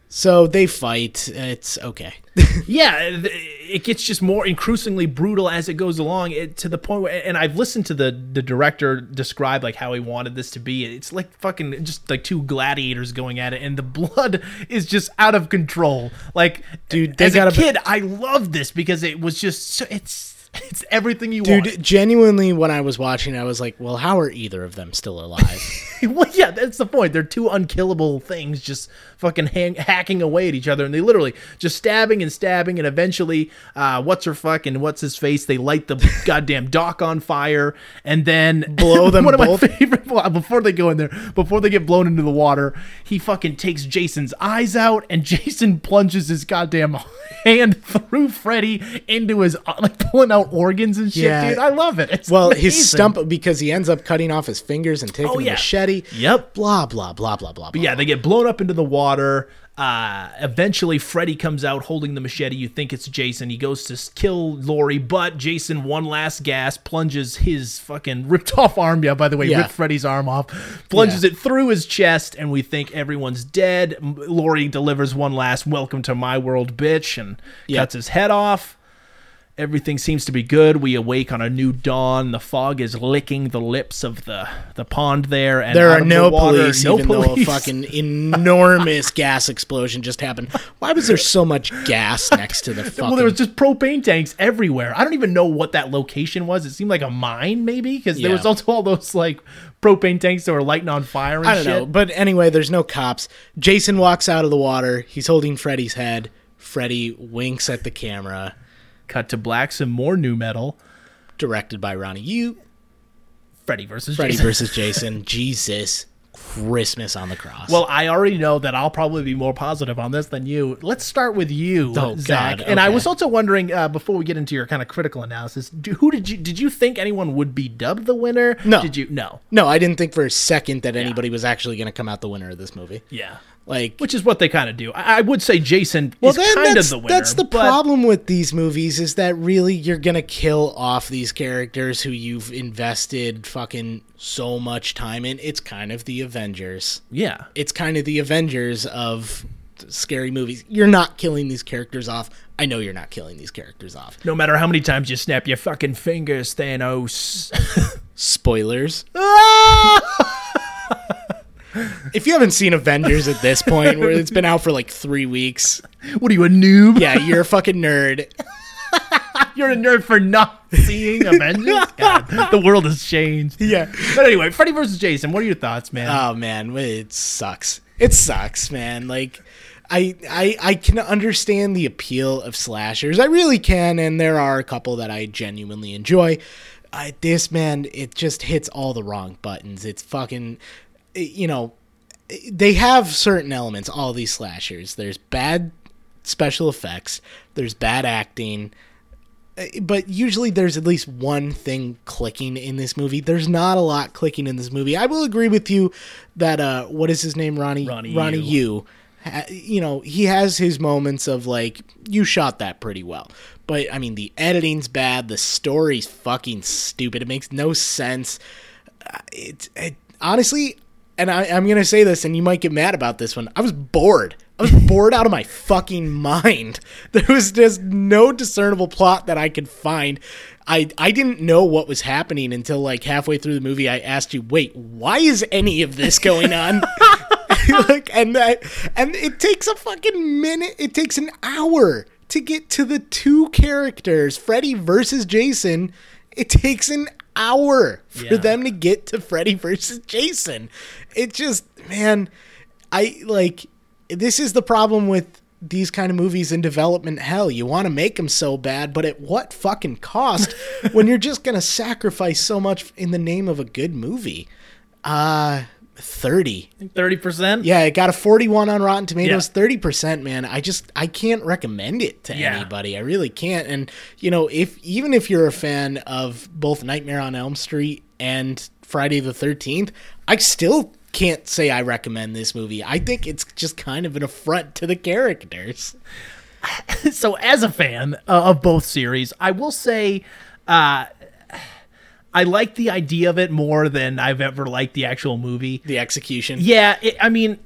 B: So they fight. It's okay. *laughs*
C: Yeah, th- it gets just more increasingly brutal as it goes along. It, to the point where, and I've listened to the the director describe like how he wanted this to be. It's like fucking just like two gladiators going at it, and the *laughs* blood is just out of control. Like,
B: Dude, they
C: as a
B: gotta be-
C: kid, I loved this because it was just so, it's it's everything you want. *laughs*
B: Dude, genuinely, when I was watching, I was like, "Well, how are either of them still alive?"
C: well, yeah, that's the point. They're two unkillable things just fucking hang, hacking away at each other, and they literally just stabbing and stabbing, and eventually, uh, what's her fuck and what's his face? They light
B: *laughs*
C: the goddamn dock on fire, and then *laughs*
B: Blow them
C: one of
B: both?
C: my favorite well, before they go in there, before they get blown into the water, he fucking takes Jason's eyes out, and *laughs* Jason plunges his goddamn *laughs* hand through Freddy into his uh, like pulling out organs and shit,
B: Yeah.
C: dude. I love it. It's
B: Well,
C: amazing.
B: his stump because he ends up cutting off his fingers and taking
C: Oh,
B: a
C: yeah.
B: machete.
C: Yep.
B: Blah blah blah blah blah. blah.
C: yeah, they get blown up into the water. Uh, eventually, Freddy comes out holding the machete. You think it's Jason. He goes to s- kill Lori, but Jason, one last gasp, plunges his fucking ripped off arm. Yeah, by the way,
B: Yeah.
C: ripped Freddy's arm off, plunges
B: Yeah.
C: it through his chest, and we think everyone's dead. M- Lori delivers one last "Welcome to my world, bitch," and
B: Yeah.
C: cuts his head off. Everything seems to be good. We awake on a new dawn. The fog is licking the lips of the the pond there, and
B: There
C: out
B: are
C: of
B: no
C: the water,
B: police,
C: no
B: even though a
C: police. *laughs*
B: fucking enormous gas explosion just happened. Why was there so much gas next to the fucking?
C: *laughs* Well, there was just propane tanks everywhere. I don't even know what that location was. It seemed like a mine, maybe, because there
B: Yeah.
C: was also all those like propane tanks that were lighting on fire and
B: I don't
C: shit.
B: know, but anyway, there's no cops. Jason walks out of the water. He's holding Freddy's head. Freddy winks at the camera,
C: Cut to black, some more new metal.
B: directed by Ronnie Yu.
C: Freddy versus
B: Freddy
C: Jason.
B: versus
C: *laughs*
B: Jason. Jesus, Christmas on the cross.
C: Well, I already know that I'll probably be more positive on this than you. Let's start with you,
B: Oh,
C: Zach.
B: God,
C: And I
B: okay.
C: was also wondering uh, before we get into your kind of critical analysis, do, who did you did you think anyone would be dubbed the winner?
B: No.
C: Did you? No.
B: no, I didn't think for a second that anybody was actually going to come out the winner of this movie.
C: Yeah.
B: Like,
C: Which is what they kind of do. I, I would say Jason
B: well,
C: is
B: then
C: kind
B: that's,
C: of the winner.
B: that's the
C: but-
B: problem with these movies is that really you're going to kill off these characters who you've invested fucking so much time in. It's kind of the Avengers.
C: Yeah.
B: it's kind of the Avengers of scary movies. You're not killing these characters off. I know you're not killing these characters off.
C: No matter how many times you snap your fucking fingers, Thanos.
B: Spoilers. if you haven't seen Avengers at this point, where it's been out for like three weeks,
C: what are you, a noob?
B: yeah, you're a fucking nerd.
C: You're a nerd for not seeing Avengers? God, the world has changed.
B: Yeah.
C: But anyway, Freddy versus Jason, what are your thoughts, man?
B: Oh man, it sucks. It sucks, man. Like I I I can understand the appeal of slashers. I really can, and there are a couple that I genuinely enjoy. Uh, this man, it just hits all the wrong buttons. It's fucking it- you know, they have certain elements all these slashers. There's bad special effects, there's bad acting, Eh, but usually there's at least one thing clicking in this movie. There's not a lot clicking in this movie. I will agree with you that uh, what is his name, Ronnie?
C: Ronnie
B: Ronnie
C: Yu.
B: Yu. Ha- You know, he has his moments of like, you shot that pretty well. But I mean, the editing's bad. The story's fucking stupid. It makes no sense. Uh, It, it honestly, and I, I'm gonna say this, and you might get mad about this one. I was bored. I was bored out of my fucking mind. *laughs* There was just no discernible plot that I could find. I I didn't know what was happening until like halfway through the movie. I asked you, wait, why is any of this going on? *laughs* like, and I, and it takes a fucking minute. It takes an hour to get to the two characters, Freddy versus Jason. It takes an hour for
C: Yeah.
B: them to get to Freddy versus Jason. It just, man, I like this is the problem with these kind of movies in development hell. You want to make them so bad, but at what fucking cost when you're just going to sacrifice so much in the name of a good movie? Uh 30.
C: 30%?
B: Yeah, it got a 41 on Rotten Tomatoes,
C: Yeah.
B: 30%, man. I just I can't recommend it to
C: Yeah.
B: anybody. I really can't. And you know, if even if you're a fan of both Nightmare on Elm Street and Friday the 13th, I still can't say I recommend this movie. I think it's just kind of an affront to the characters.
C: *laughs* so as a fan uh, of both series, I will say uh, I like the idea of it more than I've ever liked the actual movie.
B: The execution.
C: Yeah, it, I mean,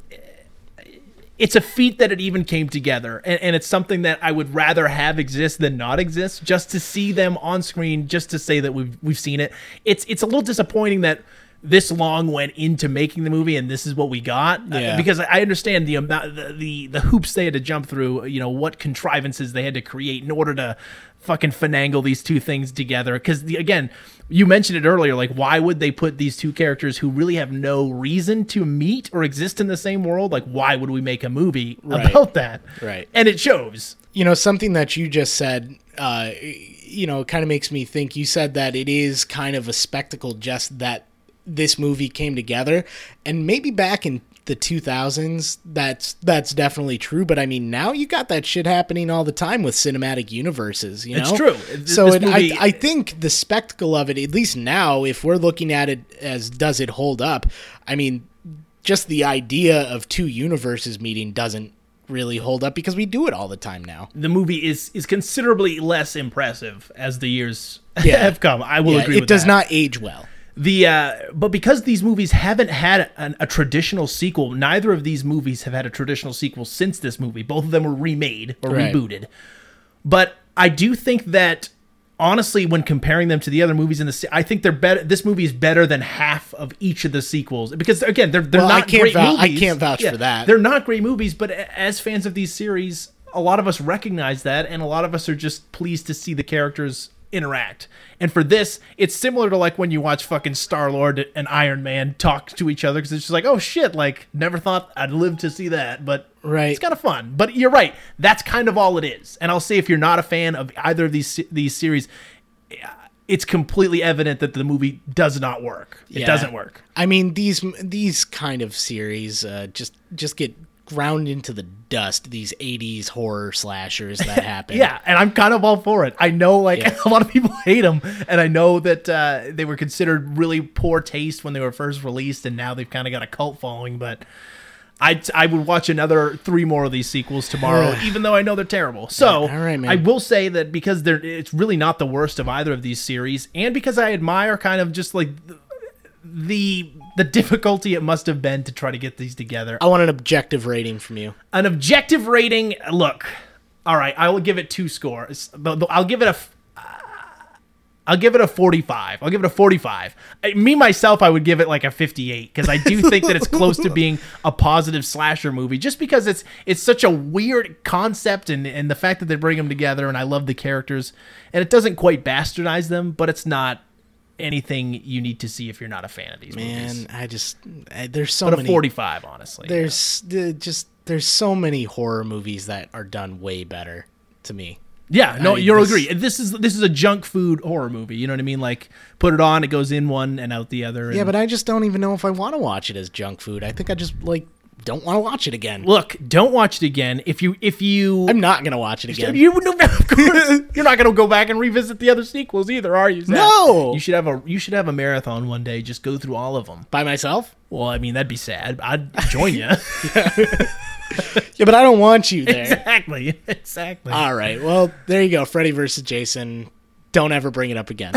C: it's a feat that it even came together, and, and it's something that I would rather have exist than not exist. Just to see them on screen, just to say that we've we've seen it. It's it's a little disappointing that this long went into making the movie and this is what we got Uh,
B: Yeah.
C: because I understand the amount the, the the hoops they had to jump through you know what contrivances they had to create in order to fucking finagle these two things together because again you mentioned it earlier like why would they put these two characters who really have no reason to meet or exist in the same world like why would we make a movie
B: Right.
C: about that
B: Right.
C: and it shows
B: you know something that you just said uh you know kind of makes me think you said that it is kind of a spectacle just that this movie came together and maybe back in the 2000s that's that's definitely true but i mean now you got that shit happening all the time with cinematic universes you know
C: It's true. Th-
B: so
C: this
B: it,
C: movie-
B: I, I think the spectacle of it at least now if we're looking at it as does it hold up i mean just the idea of two universes meeting doesn't really hold up because we do it all the time now
C: the movie is is considerably less impressive as the years
B: Yeah.
C: *laughs* have come i will
B: Yeah,
C: agree
B: it
C: with
B: does
C: that.
B: not age well.
C: The uh, but because these movies haven't had an, a traditional sequel, neither of these movies have had a traditional sequel since this movie. Both of them were remade or
B: Right.
C: rebooted. But I do think that honestly, when comparing them to the other movies in the, se- I think they're better. This movie is better than half of each of the sequels because again, they're they're
B: Well, I
C: not
B: can't
C: great
B: vou- I
C: movies.
B: can't vouch for that.
C: They're not great movies, but a- as fans of these series, a lot of us recognize that, and a lot of us are just pleased to see the characters interact. And for this, it's similar to like when you watch fucking Star Lord and Iron Man talk to each other because it's just like, oh shit, like never thought I'd live to see that, but
B: Right.
C: it's kind of fun. But you're right, that's kind of all it is. And I'll say, if you're not a fan of either of these se- these series. It's completely evident that the movie does not work. It
B: Yeah.
C: doesn't work.
B: I mean, these these kind of series uh, just just get ground into the dust. These '80s horror slashers
C: *laughs*
B: that happen.
C: Yeah, and I'm kind of all for it. I know like
B: Yeah.
C: *laughs* a lot of people hate them, and I know that uh, they were considered really poor taste when they were first released, and now they've kind of got a cult following. But I I would watch another three more of these sequels tomorrow, even though I know they're terrible. So
B: All right, man.
C: I will say that because they're it's really not the worst of either of these series, and because I admire kind of just like the the difficulty it must have been to try to get these together
B: I want an objective rating from you.
C: an objective rating look all right i will give it two scores But- but i'll give it a f- uh, i'll give it a 45 i'll give it a 45 I, me myself i would give it like a 58 because i do think that it's close to being a positive slasher movie just because it's it's such a weird concept and and the fact that they bring them together and i love the characters and it doesn't quite bastardize them but it's not anything you need to see if you're not a fan of these movies
B: Man, I just I, there's so
C: but a
B: many.
C: 45 honestly
B: There's uh, just there's so many horror movies that are done way better to me.
C: Yeah, no,
B: mean,
C: you'll
B: this-
C: agree. This is this is a junk food horror movie. You know what I mean? Like put it on, it goes in one and out the other.
B: Yeah,
C: and-
B: but I just don't even know if I want to watch it as junk food. I think I just like don't want to watch it again.
C: look, don't watch it again. If you if you
B: I'm not gonna watch it again.
C: you no, no, *laughs*
B: *laughs*
C: of course you're not gonna go back and revisit the other sequels either, are you? Zach?
B: No!
C: you should have a you should have a marathon one day. Just go through all of them.
B: By myself?
C: Well, I mean that'd be sad. I'd join
B: *laughs*
C: you.
B: Yeah, but I don't want you there.
C: exactly,
B: *laughs*
C: exactly.
B: All right. Well, there you go. Freddy versus Jason. Don't ever bring it up
C: *laughs*
B: again.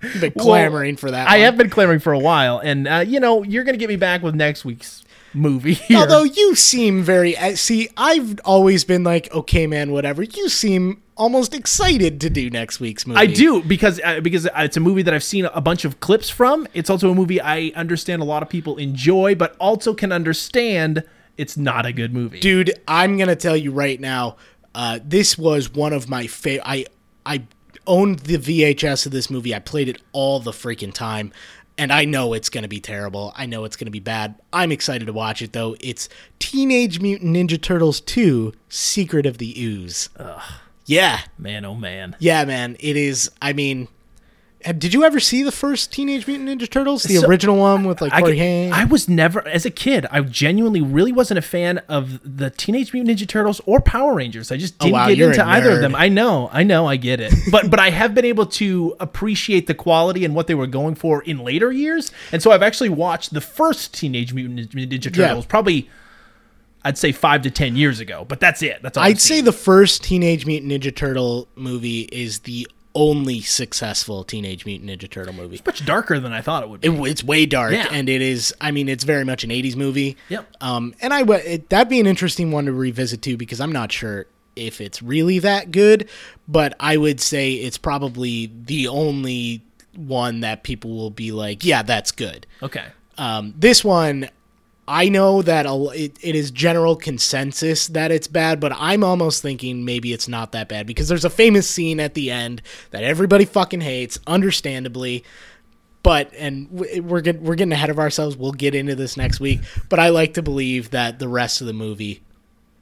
B: You've been clamoring for that.
C: I
B: one.
C: have been clamoring for a while, and uh, you know you're gonna get me back with next week's movie. here.
B: Although you seem very uh, see, I've always been like, okay, man, whatever. You seem almost excited to do next week's movie.
C: I do because uh, because uh, it's a movie that I've seen a bunch of clips from. It's also a movie I understand a lot of people enjoy, but also can understand it's not a good movie.
B: dude. I'm gonna tell you right now. Uh, this was one of my favorite. I I owned the VHS of this movie. I played it all the freaking time, and I know it's gonna be terrible. I know it's gonna be bad. I'm excited to watch it though. It's Teenage Mutant Ninja Turtles 2: Secret of the Ooze. Yeah,
C: Man, oh man.
B: yeah, man. It is. I mean. uh, Did you ever see the first Teenage Mutant Ninja Turtles, the
C: So-
B: original one with like
C: I,
B: Corey
C: could-
B: Haim?
C: I was never as a kid. I genuinely really wasn't a fan of the Teenage Mutant Ninja Turtles or Power Rangers. I just didn't
B: wow,
C: get
B: you're a
C: into either of
B: nerd.
C: them. I know, I know, I get it. But but I have been able to appreciate the quality and what they were going for in later years. And so I've actually watched the first Teenage Mutant Ninja Ninja
B: Yeah.
C: Turtles probably I'd say 5 to 10 years ago, but that's it. That's all
B: I'd say the first Teenage Mutant Ninja Turtle movie is the only successful Teenage Mutant Ninja Turtle movie.
C: much darker than I thought it would be.
B: It, it's way dark,
C: Yeah.
B: and it is. I mean, it's very much an '80s movie.
C: Yep.
B: Um, and I w- it, that'd be an interesting one to revisit too, because I'm not sure if it's really that good, but I would say it's probably the only one that people will be like, yeah, that's good.
C: Okay.
B: Um, this one, I know that a, l- it, it is general consensus that it's bad, but I'm almost thinking maybe it's not that bad because there's a famous scene at the end that everybody fucking hates, understandably. But and w- we're get, we're getting ahead of ourselves. We'll get into this next week. But I like to believe that the rest of the movie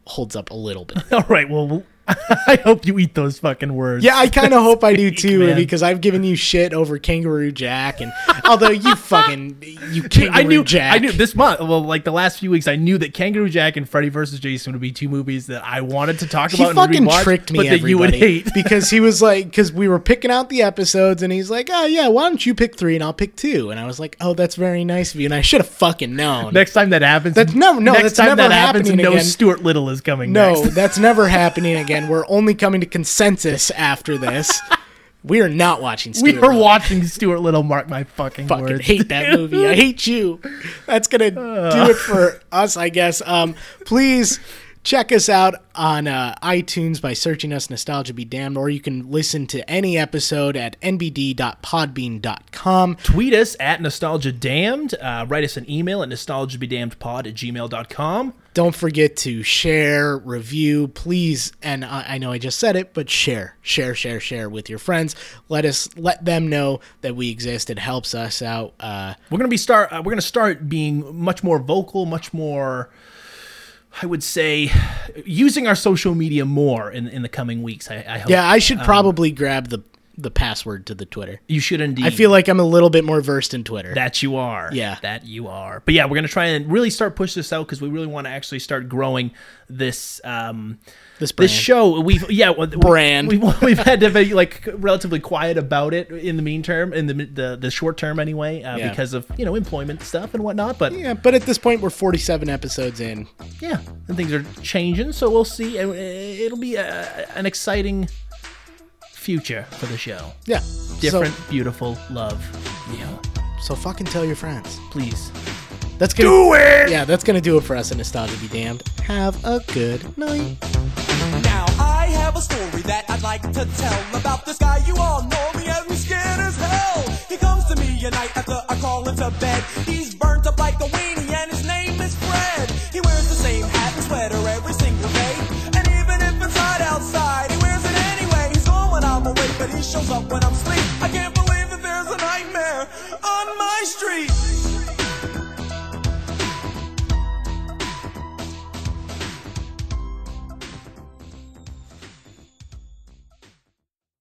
B: holds up a little bit.
C: *laughs* All right. Well, *laughs* I hope you eat those fucking words.
B: Yeah, I kind of hope I *laughs* do too,
C: man.
B: because I've given you shit over Kangaroo Jack, and although *laughs* you fucking you
C: Dude,
B: Kangaroo
C: I knew.
B: Jack,
C: I knew this month. Well, like the last few weeks, I knew that Kangaroo Jack and Freddy vs. Jason would be two movies that I wanted to talk
B: He
C: about.
B: fucking
C: and rewatch,
B: tricked me.
C: but that you would
B: everybody,
C: hate. *laughs*
B: because he was like, because we were picking out the episodes, and he's like, oh yeah, why don't you pick three and I'll pick two, and I was like, oh that's very nice of you, and I should have fucking known.
C: Next time that happens,
B: That's- no, no,
C: Next
B: that's
C: time
B: never
C: that happens,
B: happening
C: no
B: again.
C: Stuart Little is coming.
B: no,
C: next. *laughs*
B: *laughs* that's never happening again. We're only coming to consensus after
C: *laughs*
B: this. we are not watching.
C: we
B: Stuart
C: are
B: Little.
C: watching Stuart Little. Mark my fucking,
B: fucking
C: words.
B: hate that movie. I hate you. That's gonna do it for us, I guess. Um, please check us out on uh, iTunes by searching us "Nostalgia Be Damned," or you can listen to any episode at nbd.podbean.com.
C: Tweet us at Nostalgia Damned. Uh, write us an email at nostalgiabedamnedpod at gmail.com.
B: Don't forget to share, review, please. And I, I know I just said it, but share, share, share, share with your friends. Let us let them know that we exist. It helps us out. Uh,
C: We're gonna be start. Uh, we're gonna start being much more vocal, much more. I would say, using our social media more in in the coming weeks. I, I hope.
B: yeah, I should probably grab the the password to the Twitter.
C: you should indeed.
B: I feel like I'm a little bit more versed in Twitter.
C: that you are.
B: Yeah.
C: that you are. But yeah, we're gonna try and really start push this out because we really want to actually start growing this. Um,
B: this brand.
C: this show we've yeah well, we-
B: Brand.
C: we, we've *laughs* had to be like relatively quiet about it in the mean term in the the, the short term anyway uh,
B: Yeah.
C: because of you know employment stuff and whatnot but yeah.
B: yeah, but at this point we're 47 episodes in.
C: and things are changing so we'll see It- it'll be a, an exciting future for the show
B: Yeah.
C: different beautiful love you know
B: So, so fucking tell your friends.
C: please
B: That's gonna do it. Yeah, that's gonna do it for us in Nostalgia Be Damned. Have a good night.
D: Now I have a story that I'd like to tell about this guy you all know me as me scared as hell. He comes to me at night after I call him to bed. He's burnt up like a weenie and his name is Fred. He wears the same hat and sweater every single day. And even if it's hot outside, he wears it anyway. He's gone when I'm awake, but he shows up when I'm